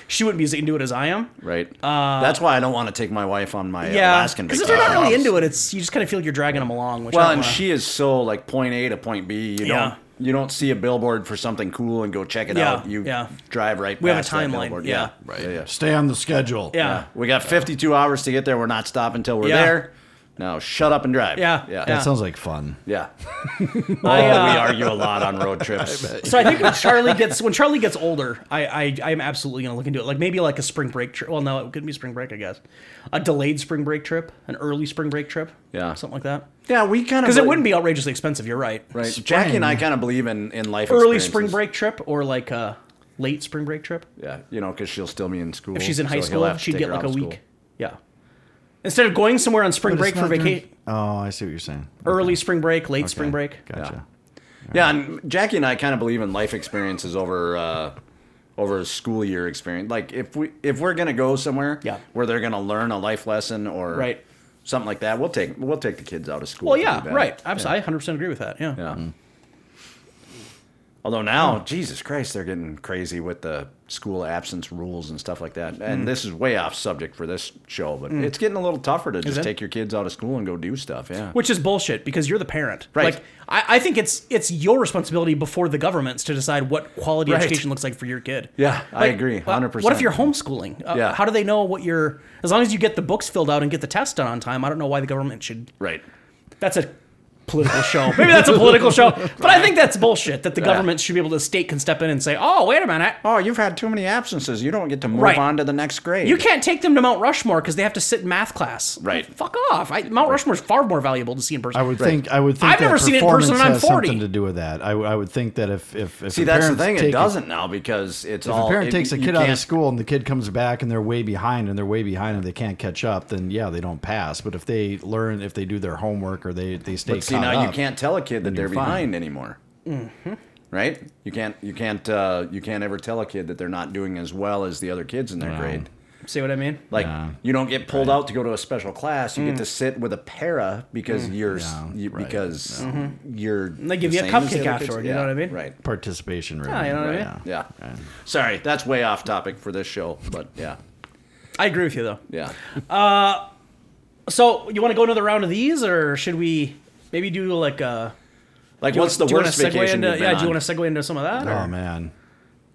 C: She wouldn't be as into it as I am.
D: Right. That's why I don't want to take my wife on my
C: Uh, Yeah,
D: Alaskan
C: because
D: vacation.
C: if they're not really into it, it's you just kind of feel like you're dragging them along. Which I
D: Well,
C: don't
D: and
C: wanna-
D: she is so like point A to point B. You
C: Yeah.
D: don't you don't see a billboard for something cool and go check it
C: Yeah,
D: out. You
C: yeah.
D: drive right.
C: We have a
D: past that
C: timeline,
D: billboard.
C: yeah.
D: Right. Yeah, yeah.
A: Stay on the schedule.
C: yeah.
D: We got 52 hours to get there. We're not stopping until we're
C: Yeah.
D: there. Now shut up and drive.
C: Yeah,
D: Yeah.
A: That
C: yeah.
A: sounds like fun.
D: Yeah.
C: I,
D: Oh,
C: uh,
D: we argue a lot on road trips.
C: So I think when Charlie gets when Charlie gets older, I I I'm absolutely gonna look into it. Like maybe like a spring break trip. Well, no, it could be spring break, I guess. A delayed spring break trip, an early spring break trip.
D: Yeah.
C: something like that.
D: Yeah, we kind of
C: Because it wouldn't be outrageously expensive. You're right.
D: Right. Jackie and I kind of believe in in life.
C: Early
D: experiences.
C: spring break trip or like a late spring break trip.
D: Yeah, you know, because she'll still be in school.
C: If she's in high
D: so he'll
C: school,
D: have to
C: she'd
D: take
C: get
D: her
C: like a
D: out of
C: week.
D: school.
C: Yeah. Instead of going somewhere on spring
A: But
C: break
A: it's
C: for
A: not
C: vacation,
A: during- Oh, I see what you're saying.
C: early spring break, late spring
A: Okay.
C: break.
A: Gotcha.
D: Yeah, and Jackie and I kind of believe in life experiences over uh, over school year experience. Like if we if we're gonna go somewhere,
C: Yeah.
D: where they're gonna learn a life lesson or
C: Right.
D: something like that, we'll take we'll take the kids out of school.
C: Well,
D: to do
C: yeah,
D: that.
C: right. Absolutely, I 100 percent agree with that. Yeah.
D: Yeah. Although now, Jesus Christ, they're getting crazy with the school absence rules and stuff like that. And this is way off subject for this show, but it's getting a little tougher to just
C: it?
D: take your kids out of school and go do stuff. Yeah.
C: Which is bullshit because you're the parent.
D: Right.
C: Like I, I think it's it's your responsibility before the government's to decide what quality
D: Right.
C: education looks like for your kid.
D: Yeah, I
C: Like,
D: agree,
C: uh,
D: 100%.
C: What if you're homeschooling? Uh,
D: Yeah.
C: How do they know what you're? As long as you get the books filled out and get the test done on time, I don't know why the government should.
D: right.
C: That's a political show. Maybe that's a political show, but I think that's bullshit. That the government should be able to state can step in and say, "Oh, wait a minute,
D: Oh, you've had too many absences. You don't get to move
C: Right.
D: on to the next grade.
C: You can't take them to Mount Rushmore because they have to sit in math class.
D: Right.
C: Well, fuck off. I, Mount Rushmore is far more valuable to see in person.
A: I would think. I would think.
C: I've
A: that
C: never seen it in person,
A: performance
C: and I'm
A: has
C: 40.
A: Something to do with that. I, w- I would think that if if, if
D: See,
A: a
D: that's the
A: parent's
D: thing. It
A: taking-
D: doesn't now because it's
A: If
D: all.
A: a parent
D: it-
A: takes a
D: you
A: kid out of
D: can't-
A: school and the kid comes back and they're way behind and they're way behind and they can't catch up, then yeah, they don't pass. But if they learn, if they do their homework or they they stay
D: But see
A: caught
D: now you
A: up-
D: can't tell a kid that they're
A: you're fine.
D: behind anymore. Right? You can't. You can't. Uh, you can't ever tell a kid that they're not doing as well as the other kids in their grade.
C: See what I mean?
D: Like you don't get pulled out to go to a special class.
C: Mm.
D: You get to sit with a para because you're s-
A: Mm. Yeah,
D: you,
A: right.
D: because you're.
C: Mm-hmm. they give
D: the
C: you a
D: same as
C: cupcake
D: the other kids.
C: afterward, you
D: Yeah,
C: know what I mean?
D: Right.
A: participation rate.
C: you know what I mean?
D: Yeah. Sorry, that's way off topic for this show, but yeah,
C: I agree with you though.
D: yeah.
C: So you want to go another round of these, or should we maybe do like a?
D: Like, what's the
C: do you wanna
D: worst
C: segue
D: vacation
C: Into,
D: you've been
C: yeah. Do you
D: on?
C: want to segue into some of that?
A: Oh
C: or-
A: man.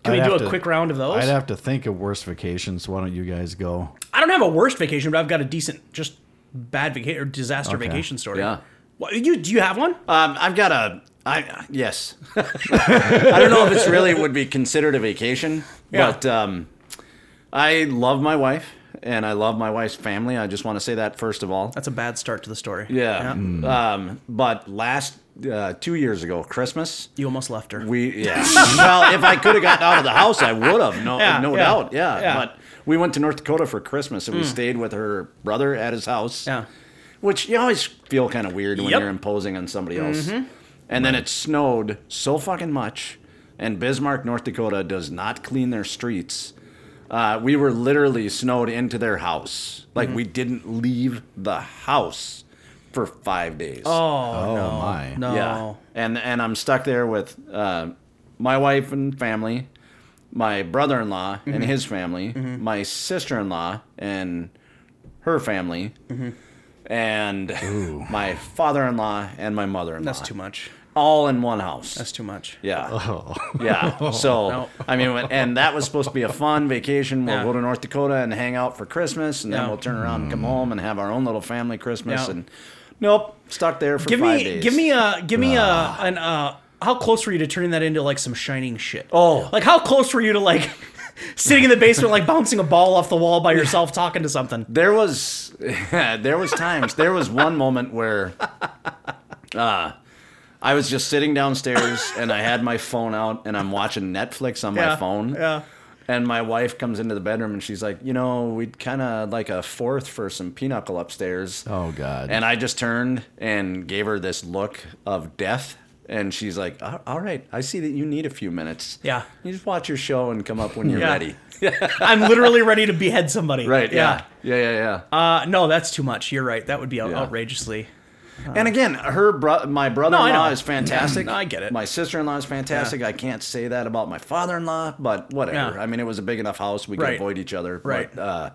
C: Can we
A: I'd
C: do
A: have
C: a
A: to-
C: quick round of those?
A: I'd have to think of worst vacations. So why don't you guys go?
C: I don't have a worst vacation, but I've got a decent, just bad vacation or disaster
A: Okay.
C: vacation story.
D: Yeah.
C: What, you do you have one?
D: Um, I've got a. I yes. I don't know if it's really would be considered a vacation,
C: Yeah.
D: but um, I love my wife and I love my wife's family. I just want to say that first of all.
C: That's a bad start to the story.
D: Yeah. Um, but last uh, two years ago, Christmas.
C: You almost left her.
D: We yeah. well, if I could have gotten out of the house, I would have. No,
C: Yeah,
D: no
C: yeah,
D: doubt. Yeah.
C: yeah. Hmm.
D: But we went to North Dakota for Christmas, and we stayed with her brother at his house.
C: yeah.
D: Which you always feel kind of weird when
C: Yep. Mm-hmm.
D: you're imposing on somebody else. And then it snowed so fucking much, and Bismarck, North Dakota, does not clean their streets. Uh, we were literally snowed into their house. Like
C: Mm-hmm.
D: we didn't leave the house for five days.
C: Oh,
A: Oh my.
C: no.
D: Yeah. And and I'm stuck there with uh, my wife and family, my brother-in-law
C: Mm-hmm.
D: and his family, my sister-in-law and her family,
C: Mm-hmm.
D: and my father-in-law and my mother-in-law.
C: That's too much.
D: All in one house.
C: That's too much.
D: yeah. Yeah. So
C: No.
D: I mean, when- and that was supposed to be a fun vacation. We'll
C: Yeah.
D: go to North Dakota and hang out for Christmas, and then
C: Yeah. Mm.
D: we'll turn around and come home and have our own little family Christmas.
C: Yeah.
D: And nope, stuck there for
C: give
D: five
C: me
D: days. Ah.
C: give me a give me a an uh how close were you to turning that into like some shining shit
D: Oh.
C: like how close were you to like sitting in the basement like bouncing a ball off the wall by yourself talking to something
D: There was there was times there was one moment where uh, I was just sitting downstairs and I had my phone out and I'm watching Netflix on my
C: Yeah,
D: phone.
C: yeah.
D: And my wife comes into the bedroom and she's like, you know, we'd kind of like a fourth for some pinochle upstairs.
A: Oh god.
D: And I just turned and gave her this look of death. And she's like, "All- all right, I see that you need a few minutes.
C: Yeah.
D: You just watch your show and come up when you're
C: Yeah.
D: ready.
C: i'm literally ready to behead somebody
D: Right. Yeah. Yeah. Yeah. Yeah.
C: uh no that's too much you're right that would be out-
D: Yeah.
C: outrageously
D: And again, her bro- my brother-in-law
C: No, I know.
D: is fantastic.
C: No, I get it.
D: My sister-in-law is fantastic. I can't say that about my father-in-law, but whatever.
C: Yeah.
D: I mean, it was a big enough house we could
C: Right.
D: avoid each other.
C: Right.
D: But, uh,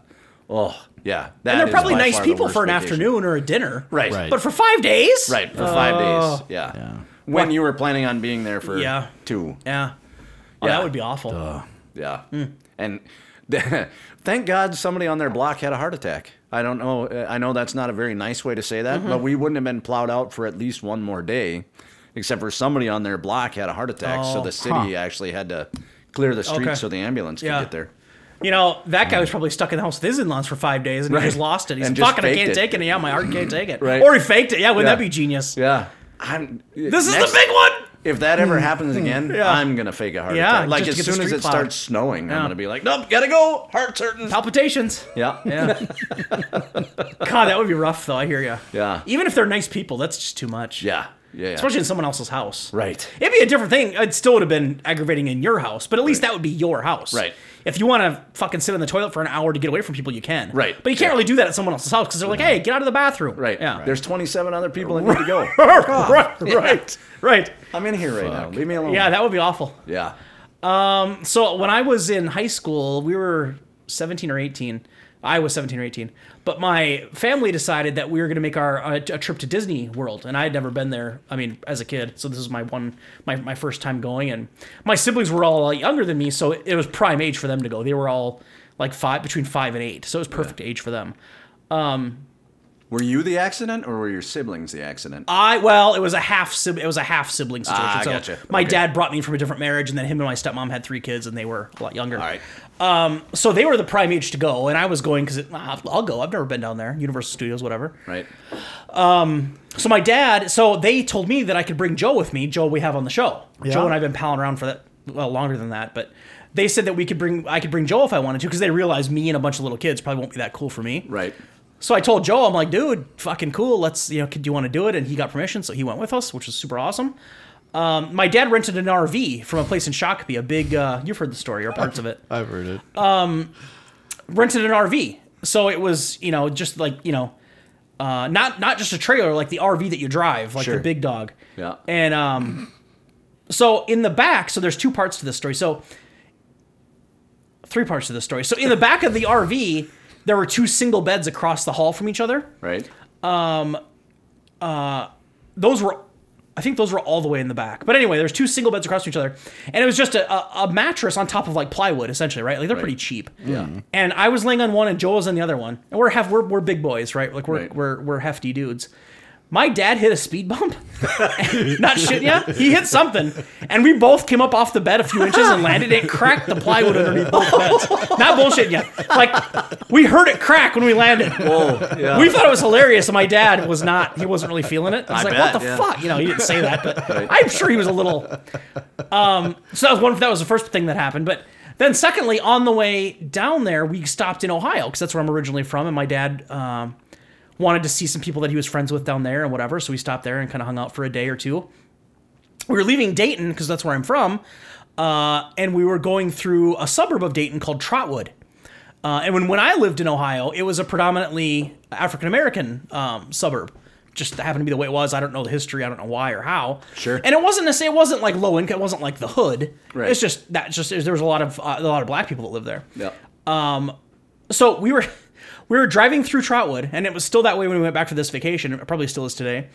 D: oh yeah, that
C: and they're
D: is
C: probably
D: by
C: nice
D: far the
C: people
D: worst
C: for an
D: vacation.
C: afternoon or a dinner
D: Right.
A: Right.
C: but for five days
D: Right. For five
C: Oh.
D: days. Yeah.
A: Yeah.
D: When you were planning on being there for
C: Yeah.
D: two.
C: yeah Oh,
D: Yeah.
C: that would be awful
D: Yeah.
C: Hmm.
D: And thank God somebody on their block had a heart attack. I don't know. I know that's not a very nice way to say
C: Mm-hmm.
D: that, but we wouldn't have been plowed out for at least one more day, except for somebody on their block had a heart attack. so
C: Oh,
D: the city
A: huh.
D: actually had to clear the street
C: Okay.
D: so the ambulance
C: Yeah.
D: could get there.
C: you know that guy was probably stuck in the house with his in-laws for five days and
D: Right.
C: he just lost it he's
D: And just
C: fucking i
D: faked
C: can't
D: it."
C: take it yeah my heart can't take it
D: Right.
C: or he faked it yeah wouldn't
D: Yeah.
C: that be genius
D: Yeah. I'm,
C: This is
D: next-
C: the big one. Hmm.
D: If that ever happens again,
C: Yeah.
D: I'm gonna fake a heart
C: Yeah,
D: attack. Like
C: just to
D: as
C: get the
D: soon as
C: street
D: it
C: plowed.
D: starts snowing,
C: Yeah.
D: I'm gonna be like, nope, gotta go. Heart's hurting.
C: Palpitations.
D: Yeah.
C: Yeah. God, that would be rough, though. I hear you.
D: Yeah.
C: Even if they're nice people, that's just too much.
D: Yeah. Yeah, yeah.
C: Especially in someone else's house.
D: Right.
C: It'd be a different thing. It still would have been aggravating in your house, but at least
D: Right.
C: that would be your house.
D: Right.
C: If you want to fucking sit on the toilet for an hour to get away from people, you can.
D: Right.
C: But you can't
D: Yeah.
C: really do that at someone else's house because they're like, hey, get out of the bathroom.
D: Right.
C: Yeah.
D: There's 27 other people that need to go.
C: right. Right. Right.
D: I'm in here right now. Leave me alone.
C: Yeah, that would be awful.
D: yeah.
C: So when I was in high school, we were 17 or 18. I was 17 or 18. But my family decided that we were going to make our a, a trip to Disney World, and I had never been there. I mean, as a kid, so this is my one my, my first time going, and my siblings were all uh, younger than me, so it, it was prime age for them to go. They were all like five between five and eight, so it was perfect age for them.
D: Were you the accident or were your siblings the accident?
C: I well, it was a half sib- it was a half sibling situation.
D: Ah, I
C: so
D: gotcha.
C: my
D: Okay.
C: dad brought me from a different marriage, and then him and my stepmom had three kids, and they were a lot younger.
D: All right.
C: so they were the prime age to go, and I was going because I'll go. I've never been down there, Universal Studios, whatever.
D: Right.
C: So my dad, so they told me that I could bring Joe with me. Joe we have on the show.
A: Yeah.
C: Joe and I've been palling around for that well longer than that, but they said that we could bring I could bring Joe if I wanted to because they realized me and a bunch of little kids probably won't be that cool for me.
D: Right.
C: So I told Joe, I'm like, dude, fucking cool. Let's, you know, do you want to do it? And he got permission, so he went with us, which was super awesome. Um, my dad rented an RV from a place in Shakopee, a big. Uh, you've heard the story or parts of it.
A: I've heard it.
C: Oh, rented an RV. So it was, you know, just like, you know, uh, not not just a trailer, like the RV that you drive, like
D: Sure.
C: the big dog.
D: Yeah.
C: And um so in the back, so there's two parts to this story. So three parts to the story. So in the back of the RV, there were two single beds across the hall from each other.
D: Right.
C: Those were I think those were all the way in the back. But anyway, there's two single beds across from each other. And it was just a, a, a mattress on top of like plywood, essentially, right? Like they're pretty cheap.
D: Yeah.
C: And I was laying on one, and Joel was on the other one. And we're half, we're, we're big boys, right? Like we're,
D: Right.
C: we're we're hefty dudes. My dad hit a speed bump. Not shit, yeah. He hit something, and we both came up off the bed a few inches and landed. It cracked the plywood underneath both beds. Not bullshit, yeah. Like we heard it crack when we landed.
D: yeah.
C: We thought it was hilarious, and my dad was not. He wasn't really feeling it. I was
D: I
C: like,
D: bet,
C: "What the
D: yeah.
C: fuck?" You know, he didn't say that, but I'm sure he was a little. Um, so that was one. That was the first thing that happened. But then, secondly, on the way down there, we stopped in Ohio because that's where I'm originally from, and my dad um, wanted to see some people that he was friends with down there and whatever. So we stopped there and kind of hung out for a day or two. We were leaving Dayton because that's where I'm from, uh, and we were going through a suburb of Dayton called Trotwood. Uh, and when, when I lived in Ohio, it was a predominantly African American um, suburb. Just happened to be the way it was. I don't know the history. I don't know why or how.
D: Sure.
C: And it wasn't necessarily. It wasn't like low income. It wasn't like the hood.
D: Right.
C: It's just that. Just there was a lot of uh, a lot of black people that lived there.
D: Yeah.
C: Um, So we were we were driving through Trotwood, and it was still that way when we went back for this vacation. It probably still is today.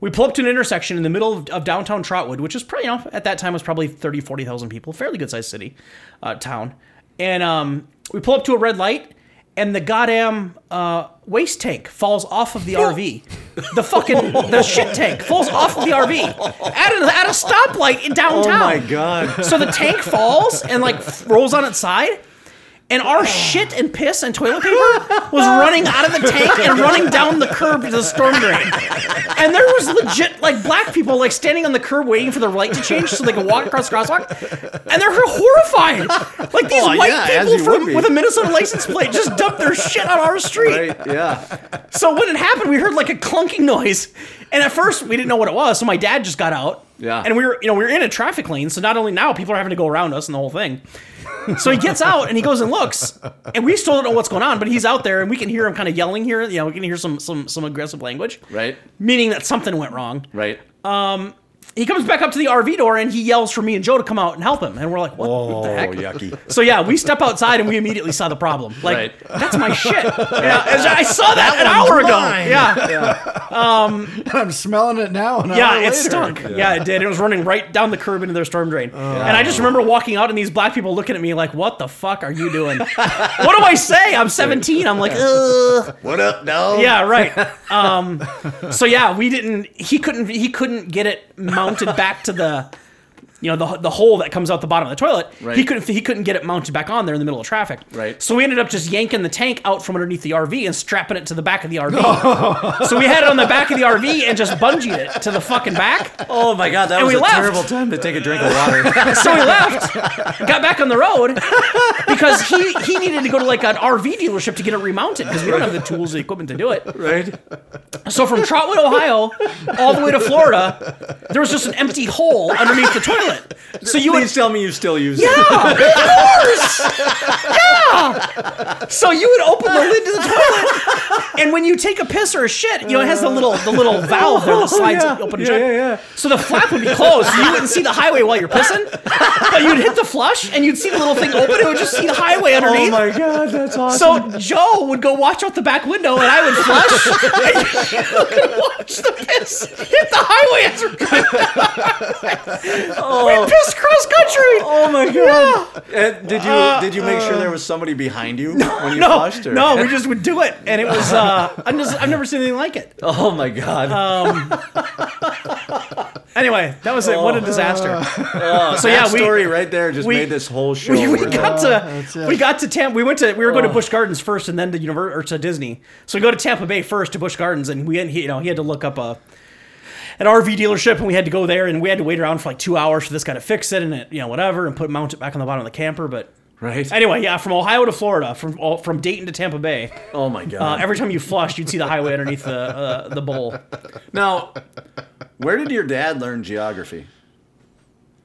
C: We pull up to an intersection in the middle of, of downtown Trotwood, which is probably, you know, at that time was probably 30, 40,000 people, fairly good sized city, uh, town. And um, we pull up to a red light, and the goddamn uh, waste tank falls off of the RV. The fucking the shit tank falls off of the RV at a, at a stoplight in downtown.
D: Oh my god.
C: So the tank falls and like f- rolls on its side. And our shit and piss and toilet paper was running out of the tank and running down the curb to the storm drain. And there was legit like black people like standing on the curb waiting for the light to change so they could walk across the crosswalk. And they're horrified. Like these
D: Well,
C: white
D: Oh, yeah, as
C: people
D: you
C: from,
D: would be.
C: with a Minnesota license plate just dumped their shit on our street.
D: Right. Yeah.
C: So when it happened, we heard like a clunking noise, and at first we didn't know what it was. So my dad just got out.
D: Yeah.
C: And we were, you know, we were in a traffic lane, so not only now people are having to go around us and the whole thing. So he gets out and he goes and looks, and we still don't know what's going on, but he's out there and we can hear him kind of yelling here. You know, we can hear some some some aggressive language,
D: Right.
C: meaning that something went wrong.
D: Right.
C: Uh, He comes back up to the RV door and he yells for me and Joe to come out and help him, and we're like, what the heck?
D: Oh, yucky.
C: So yeah, we step outside and we immediately saw the problem. Like
D: Right.
C: that's my shit. Yeah, and I saw that, an hour ago.
B: mine.
C: Yeah.
A: I'm smelling it now. An
C: Yeah,
A: hour
C: it
A: later.
C: stunk. Yeah. it did. It was running right down the curb into their storm drain.
D: Oh.
C: And I just remember walking out and these black people looking at me like, "What the fuck are you doing? what do I say? I'm 17." I'm like, "Ugh."
D: What up, dog?
C: Yeah, right. Um, so yeah, we didn't. He couldn't. He couldn't get it mounted back to the. You know the, the hole that comes out the bottom of the toilet.
D: Right.
C: He couldn't he couldn't get it mounted back on there in the middle of traffic.
D: Right.
C: So we ended up just yanking the tank out from underneath the RV and strapping it to the back of the RV. so we had it on the back of the RV and just bungeed it to the fucking back.
D: Oh my god, that
C: And
D: was
C: we
D: a
C: left.
D: terrible time to take a drink of water.
C: So we left, got back on the road because he, he needed to go to like an RV dealership to get it remounted because we don't have the tools and equipment to do it.
D: right.
C: So from Trotwood, Ohio, all the way to Florida, there was just an empty hole underneath the toilet. So you would
D: Please tell me you still use
C: Yeah,
D: it.
C: of course. Yeah. So you would open the lid to the toilet, and when you take a piss or a shit, you know it has the little the little valve there that slides
D: Oh, yeah.
C: open and
D: Yeah,
C: shut.
D: yeah, yeah.
C: So the flap would be closed, so you wouldn't see the highway while you're pissing, but you'd hit the flush and you'd see the little thing open. It would just see the highway
D: Oh
C: underneath.
D: my god, that's awesome.
C: so Joe would go watch out the back window, and I would flush. and you could watch the piss hit the highway as we're going down. We pissed cross country.
D: Oh my god! And did you
C: Uh,
D: did you make sure there was somebody behind you when you
C: no,
D: flushed? Or?
C: no, we just would do it, and it was. Uh, I'm just, I've never seen anything like it.
D: Oh my god!
C: Uh, Anyway, that was it. What a
A: Oh.
C: disaster. so
D: Oh, that
C: yeah, we
D: story right there just
C: we-
D: made this whole show.
C: we, we
D: worth
C: got
D: it.
A: that's
C: to
A: it. Oh.
C: we got to Tampa. We went to we were going to Busch Gardens first, and then to Univer- or to Disney. So we go to Tampa Bay first to Busch Gardens, and we had- he, you know he had to look up a an RV dealership, and we had to go there, and we had to wait around for like two hours for this guy to fix it, and it, you know whatever, and put mount it back on the bottom of the camper, but.
D: right.
C: Anyway, yeah, from Ohio to Florida, from all, from Dayton to Tampa Bay,
D: oh my
C: uh,
D: god!
C: every time you flushed, you'd see the highway underneath the uh, the bowl.
D: now, where did your dad learn geography?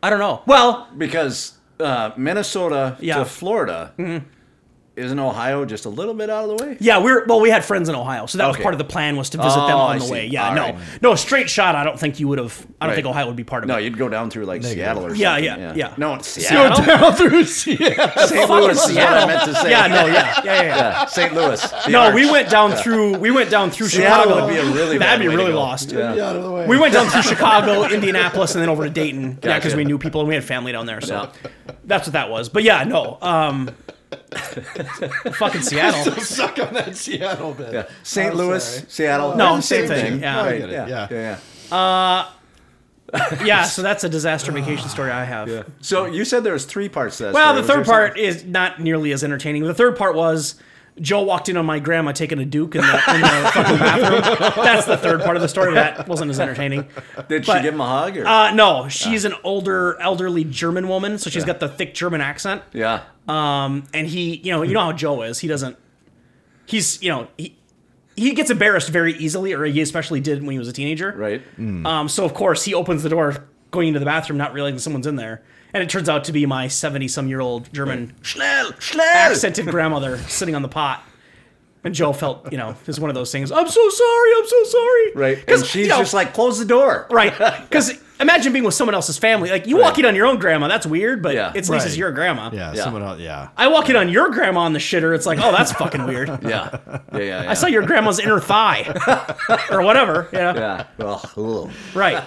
C: I don't know. Well,
D: Because uh, Minnesota
C: Yeah. Mm-hmm.
D: to Florida isn't Ohio just a little bit out of the way?
C: yeah, we were well. We had friends in Ohio, so that was
D: Okay.
C: part of the plan was to visit them
D: Oh,
C: on
D: I
C: the
D: see.
C: way. Yeah,
D: All
C: no,
D: right.
C: no straight shot. I don't think you would have. I don't
D: Right.
C: think Ohio would be part of
D: No,
C: it.
D: you'd go down through like Seattle or something.
C: Yeah, yeah, yeah.
D: No, it's
C: Seattle?
D: Seattle.
A: down through Seattle.
D: St.
C: Fuck
D: Louis is what I
C: Seattle.
D: meant to say.
C: Yeah, no, yeah, yeah, yeah. yeah.
D: Yeah, St. Louis. the
C: No,
D: arch.
C: we went down through. We went down through
D: Seattle
C: Chicago.
D: would be a really
C: that'd
D: bad
C: be
D: way to
C: really
D: go.
C: lost.
D: Yeah.
A: Out of the way.
C: We went down through Chicago, Indianapolis, and then over to Dayton. Yeah, because
D: Gotcha.
C: we knew people and we had family down there. So
D: Yeah.
C: that's what that was. But yeah, no. Um, fucking Seattle.
A: suck on that Seattle bit.
D: St.
A: I'm
D: Louis,
A: sorry.
D: Seattle.
C: No,
D: they're the
C: same thing. Yeah.
A: I
D: Right,
A: get it.
D: yeah,
A: Yeah.
D: yeah,
C: Yeah, so that's a disaster vacation story I have.
D: yeah. So you said there was three parts to that.
C: Well,
D: story.
C: the
D: Was
C: third
D: there
C: part is not nearly as entertaining. The third part was Joe walked in on my grandma taking a Duke in the, in the fucking bathroom. That's the third part of the story. That wasn't as entertaining.
D: something- Did
C: but-
D: she give him a hug? Or?
C: Uh, no, she's an older, elderly German woman, so she's got the thick German accent.
D: yeah.
C: Um, and he, you know, you know how Joe is. He doesn't. He's, you know, he he gets embarrassed very easily, or he especially did when he was a teenager.
D: Right.
A: Mm.
C: Um, so of course he opens the door, going into the bathroom, not realizing someone's in there, and it turns out to be my seventy-some-year-old German
D: Schnell, schnell.
C: accented grandmother sitting on the pot. And Joe felt, you know, it was one of those things. I'm so sorry. I'm so sorry.
D: Right.
C: Because
D: And she's
C: you know,
D: just like, close the door.
C: right. Because imagine being with someone else's family. Like you walk in on your own grandma. That's weird, but
D: Yeah.
C: it's at least it's
A: Right.
C: your grandma.
A: Yeah,
D: Yeah.
A: someone else. Yeah.
C: I walk in on your grandma on the shitter. It's like, oh, that's fucking weird.
D: Yeah. Yeah. Yeah. yeah.
C: I saw your grandma's inner thigh or whatever. You know?
D: Yeah. Well, ugh.
C: Right.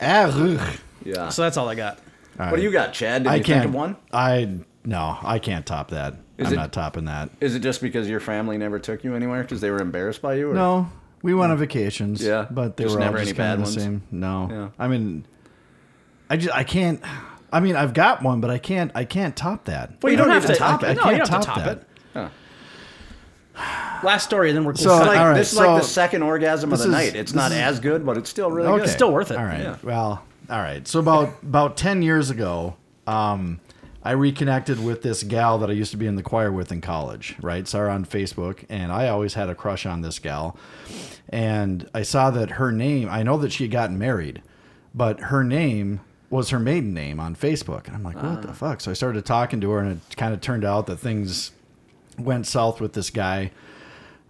A: Ah, ugh.
D: yeah.
C: So that's all I got.
D: what do you got, Chad? Did
A: I
D: you think
A: can't.
D: of one?
A: I no, I can't top that. I'm
D: it-
A: not topping that.
D: Is it just because your family never took you anywhere because they were embarrassed by you? Or?
A: No, we went on vacations.
D: Yeah.
A: but they
D: Just
A: were all
D: never
A: just
D: any
A: kind
D: bad
A: of the
D: ones?
A: same. No,
D: Yeah.
A: I mean, I just I can't. I mean, I've got one, but I can't. I can't top that.
C: Well, you
A: I
C: don't have
A: even
C: to-
A: top it. I
C: no, you
A: can't
C: don't have
A: top,
C: to top
A: that.
C: it. Last story, and then we're
A: So-
D: It's like,
A: All right,
D: this is like the
A: so
D: second orgasm of
A: this
D: the
A: is-
D: night. It's
A: this
D: not
A: is-
D: as good, but it's still really
A: Okay.
D: good.
C: still worth it.
A: All right.
D: Yeah.
A: Well, all right. So about about ten years ago, um, I reconnected with this gal that I used to be in the choir with in college. Right, saw her on Facebook, and I always had a crush on this gal. And I saw that her name. I know that she had gotten married, but her name was her maiden name on Facebook, and I'm like, what
D: Ah.
A: the fuck? So I started talking to her, and it kind of turned out that things went south with this guy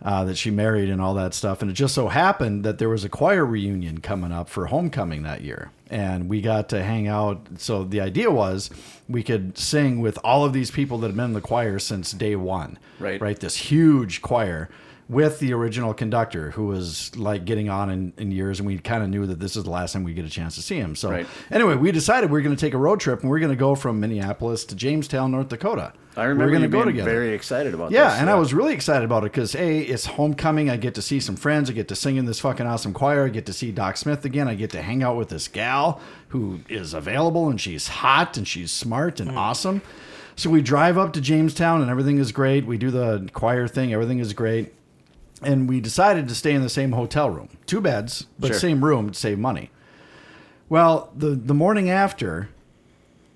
A: uh, that she married and all that stuff. And it just so happened that there was a choir reunion coming up for homecoming that year. And we got to hang out. So the idea was we could sing with all of these people that have been in the choir since day one.
D: Right.
A: Right. This huge choir with the original conductor who was like getting on in, in years. And we kind of knew that this is the last time we get a chance to see him. So
D: Right.
A: anyway, we decided we are going to take a road trip and we are going to go from Minneapolis to Jamestown, North Dakota.
D: I
A: we
D: remember
A: are
D: you
A: going to
D: being
A: go together.
D: very excited about
A: Yeah,
D: this.
A: and I was really excited about it because a, it's homecoming. I get to see some friends. I get to sing in this fucking awesome choir. I get to see Doc Smith again. I get to hang out with this gal who is available and she's hot and she's smart
D: Hmm.
A: and awesome. So we drive up to Jamestown and everything is great. We do the choir thing. Everything is great. And we decided to stay in the same hotel room, two beds, but
D: Sure.
A: same room to save money. Well, the the morning after,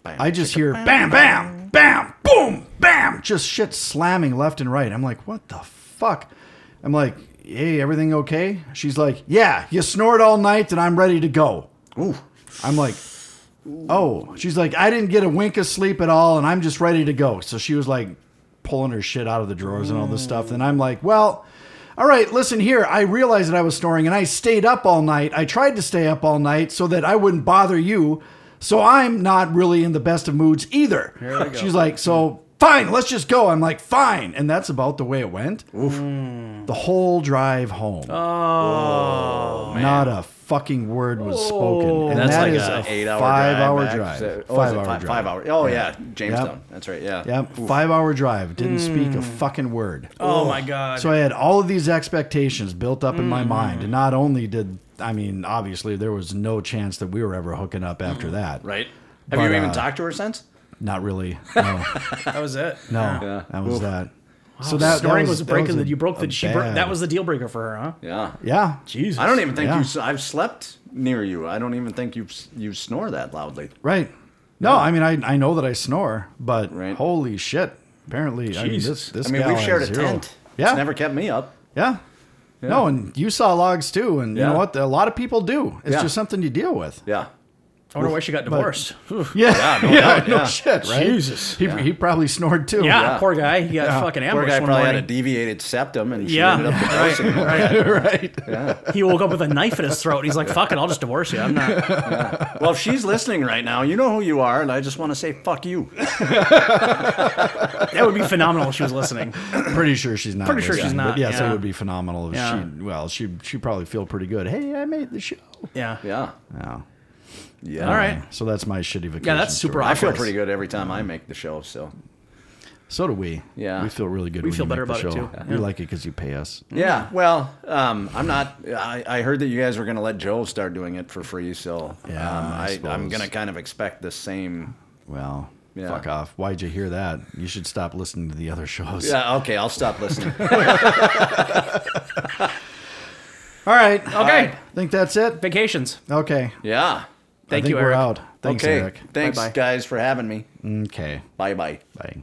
A: I just hear bam, bam, bam, boom, bam, just shit slamming left and right. I'm like, what the fuck? I'm like, "Hey, everything okay?" She's like, "Yeah, you snored all night, and I'm ready to go."
D: Ooh.
A: I'm like, "Oh." She's like, "I didn't get a wink of sleep at all, and I'm just ready to go." So she was like, pulling her shit out of the drawers and all this stuff. And I'm like, "Well." All right, listen here. I realized that I was snoring and I stayed up all night. I tried to stay up all night so that I wouldn't bother you. So I'm not really in the best of moods either. She's like, so fine, let's just go. I'm like, fine. And that's about the way it went. Oof. The whole drive home. Oh, not a fucking word was spoken. And
D: That's
A: that
D: like
A: is
D: a
A: a
D: eight hour
A: five
D: drive
A: hour
D: back.
A: drive.
D: Is that- oh, is
A: five
D: it
A: hour
D: five,
A: drive.
D: Five hour. Oh yeah, Jamestown. That's right. Yeah.
A: Yep, five hour drive. Didn't speak a fucking word.
C: Oh my god.
A: So I had all of these expectations built up in my mind, and not only did I mean, obviously, there was no chance that we were ever hooking up after that.
D: Right. Have
A: But,
D: you even
A: uh,
D: talked to her since?
A: Not really. No,
C: that was it.
A: no,
D: Yeah.
A: that was
D: Oof.
A: that. So that that
C: snoring was,
A: that
C: breaking.
A: a-
C: the, you broke
A: a
C: the. She broke,
A: bad-
C: that was the deal breaker for her, huh?
D: Yeah.
A: yeah.
C: Jesus.
D: I don't even think
A: Yeah.
D: you you. I've slept near you. I don't even think you you snore that loudly.
A: Right. No, I mean, I I know that I snore, but
D: Right.
A: holy shit! Apparently, I mean,
C: Jesus.
A: this this
D: I mean,
A: gal
D: we've shared a
A: has zero-
D: tent.
A: Yeah,
D: It's never kept me up.
A: yeah. No, and you saw logs too, and you
D: Yeah.
A: know what? A lot of people do. It's
D: Yeah.
A: just something you deal with.
D: Yeah.
C: I wonder why she got divorced.
A: Yeah,
D: no doubt, yeah.
A: shit, right?
C: Jesus.
A: He, he probably snored too.
C: Yeah,
D: Yeah.
C: poor guy. He got fucking
D: Poor
C: ambushed
D: guy
C: one
D: probably had a
C: morning.
D: deviated septum and she
C: Yeah.
D: ended up divorcing him.
A: right.
C: he woke up with a knife in his throat. He's like, "Fuck it, I'll just divorce you." I'm not.
D: Well, if she's listening right now, you know who you are, and I just want to say fuck you.
C: That would be phenomenal if she was listening.
A: Pretty sure she's not.
C: Pretty sure
A: listening,
C: she's
A: but
C: not,
A: yes,
C: yeah.
A: it would be phenomenal if
C: Yeah.
A: she. Well, she she probably feel pretty good. Hey, I made the show.
C: Yeah.
D: Yeah.
A: No.
D: Yeah.
C: All right.
A: So that's my shitty vacation.
C: Yeah, that's super
A: story.
D: I
C: awesome.
D: feel pretty good every time I make the show. So
A: So do we.
D: Yeah.
A: we feel really good.
C: We
A: when
C: feel
A: you
C: better
A: make the
C: about it,
A: show.
C: too.
A: We
C: Yeah.
A: like it because you pay us.
D: yeah. Well, um, I'm not. I, I heard that you guys were going to let Joe start doing it for free. So
A: Yeah,
D: um,
A: I
D: I, I'm
A: suppose.
D: going to kind of expect the same.
A: Well,
D: Yeah.
A: fuck off. Why'd you hear that? You should stop listening to the other shows.
D: Yeah. Okay. I'll stop listening.
A: All right.
C: Okay.
A: I think that's it.
C: Vacations.
A: Okay.
D: yeah.
A: I
C: Thank
A: think
C: you,
A: We're
C: Eric.
A: out. Thanks,
D: okay.
A: Eric.
D: Thanks, guys, for having me.
A: Okay.
D: Bye bye.
A: Bye.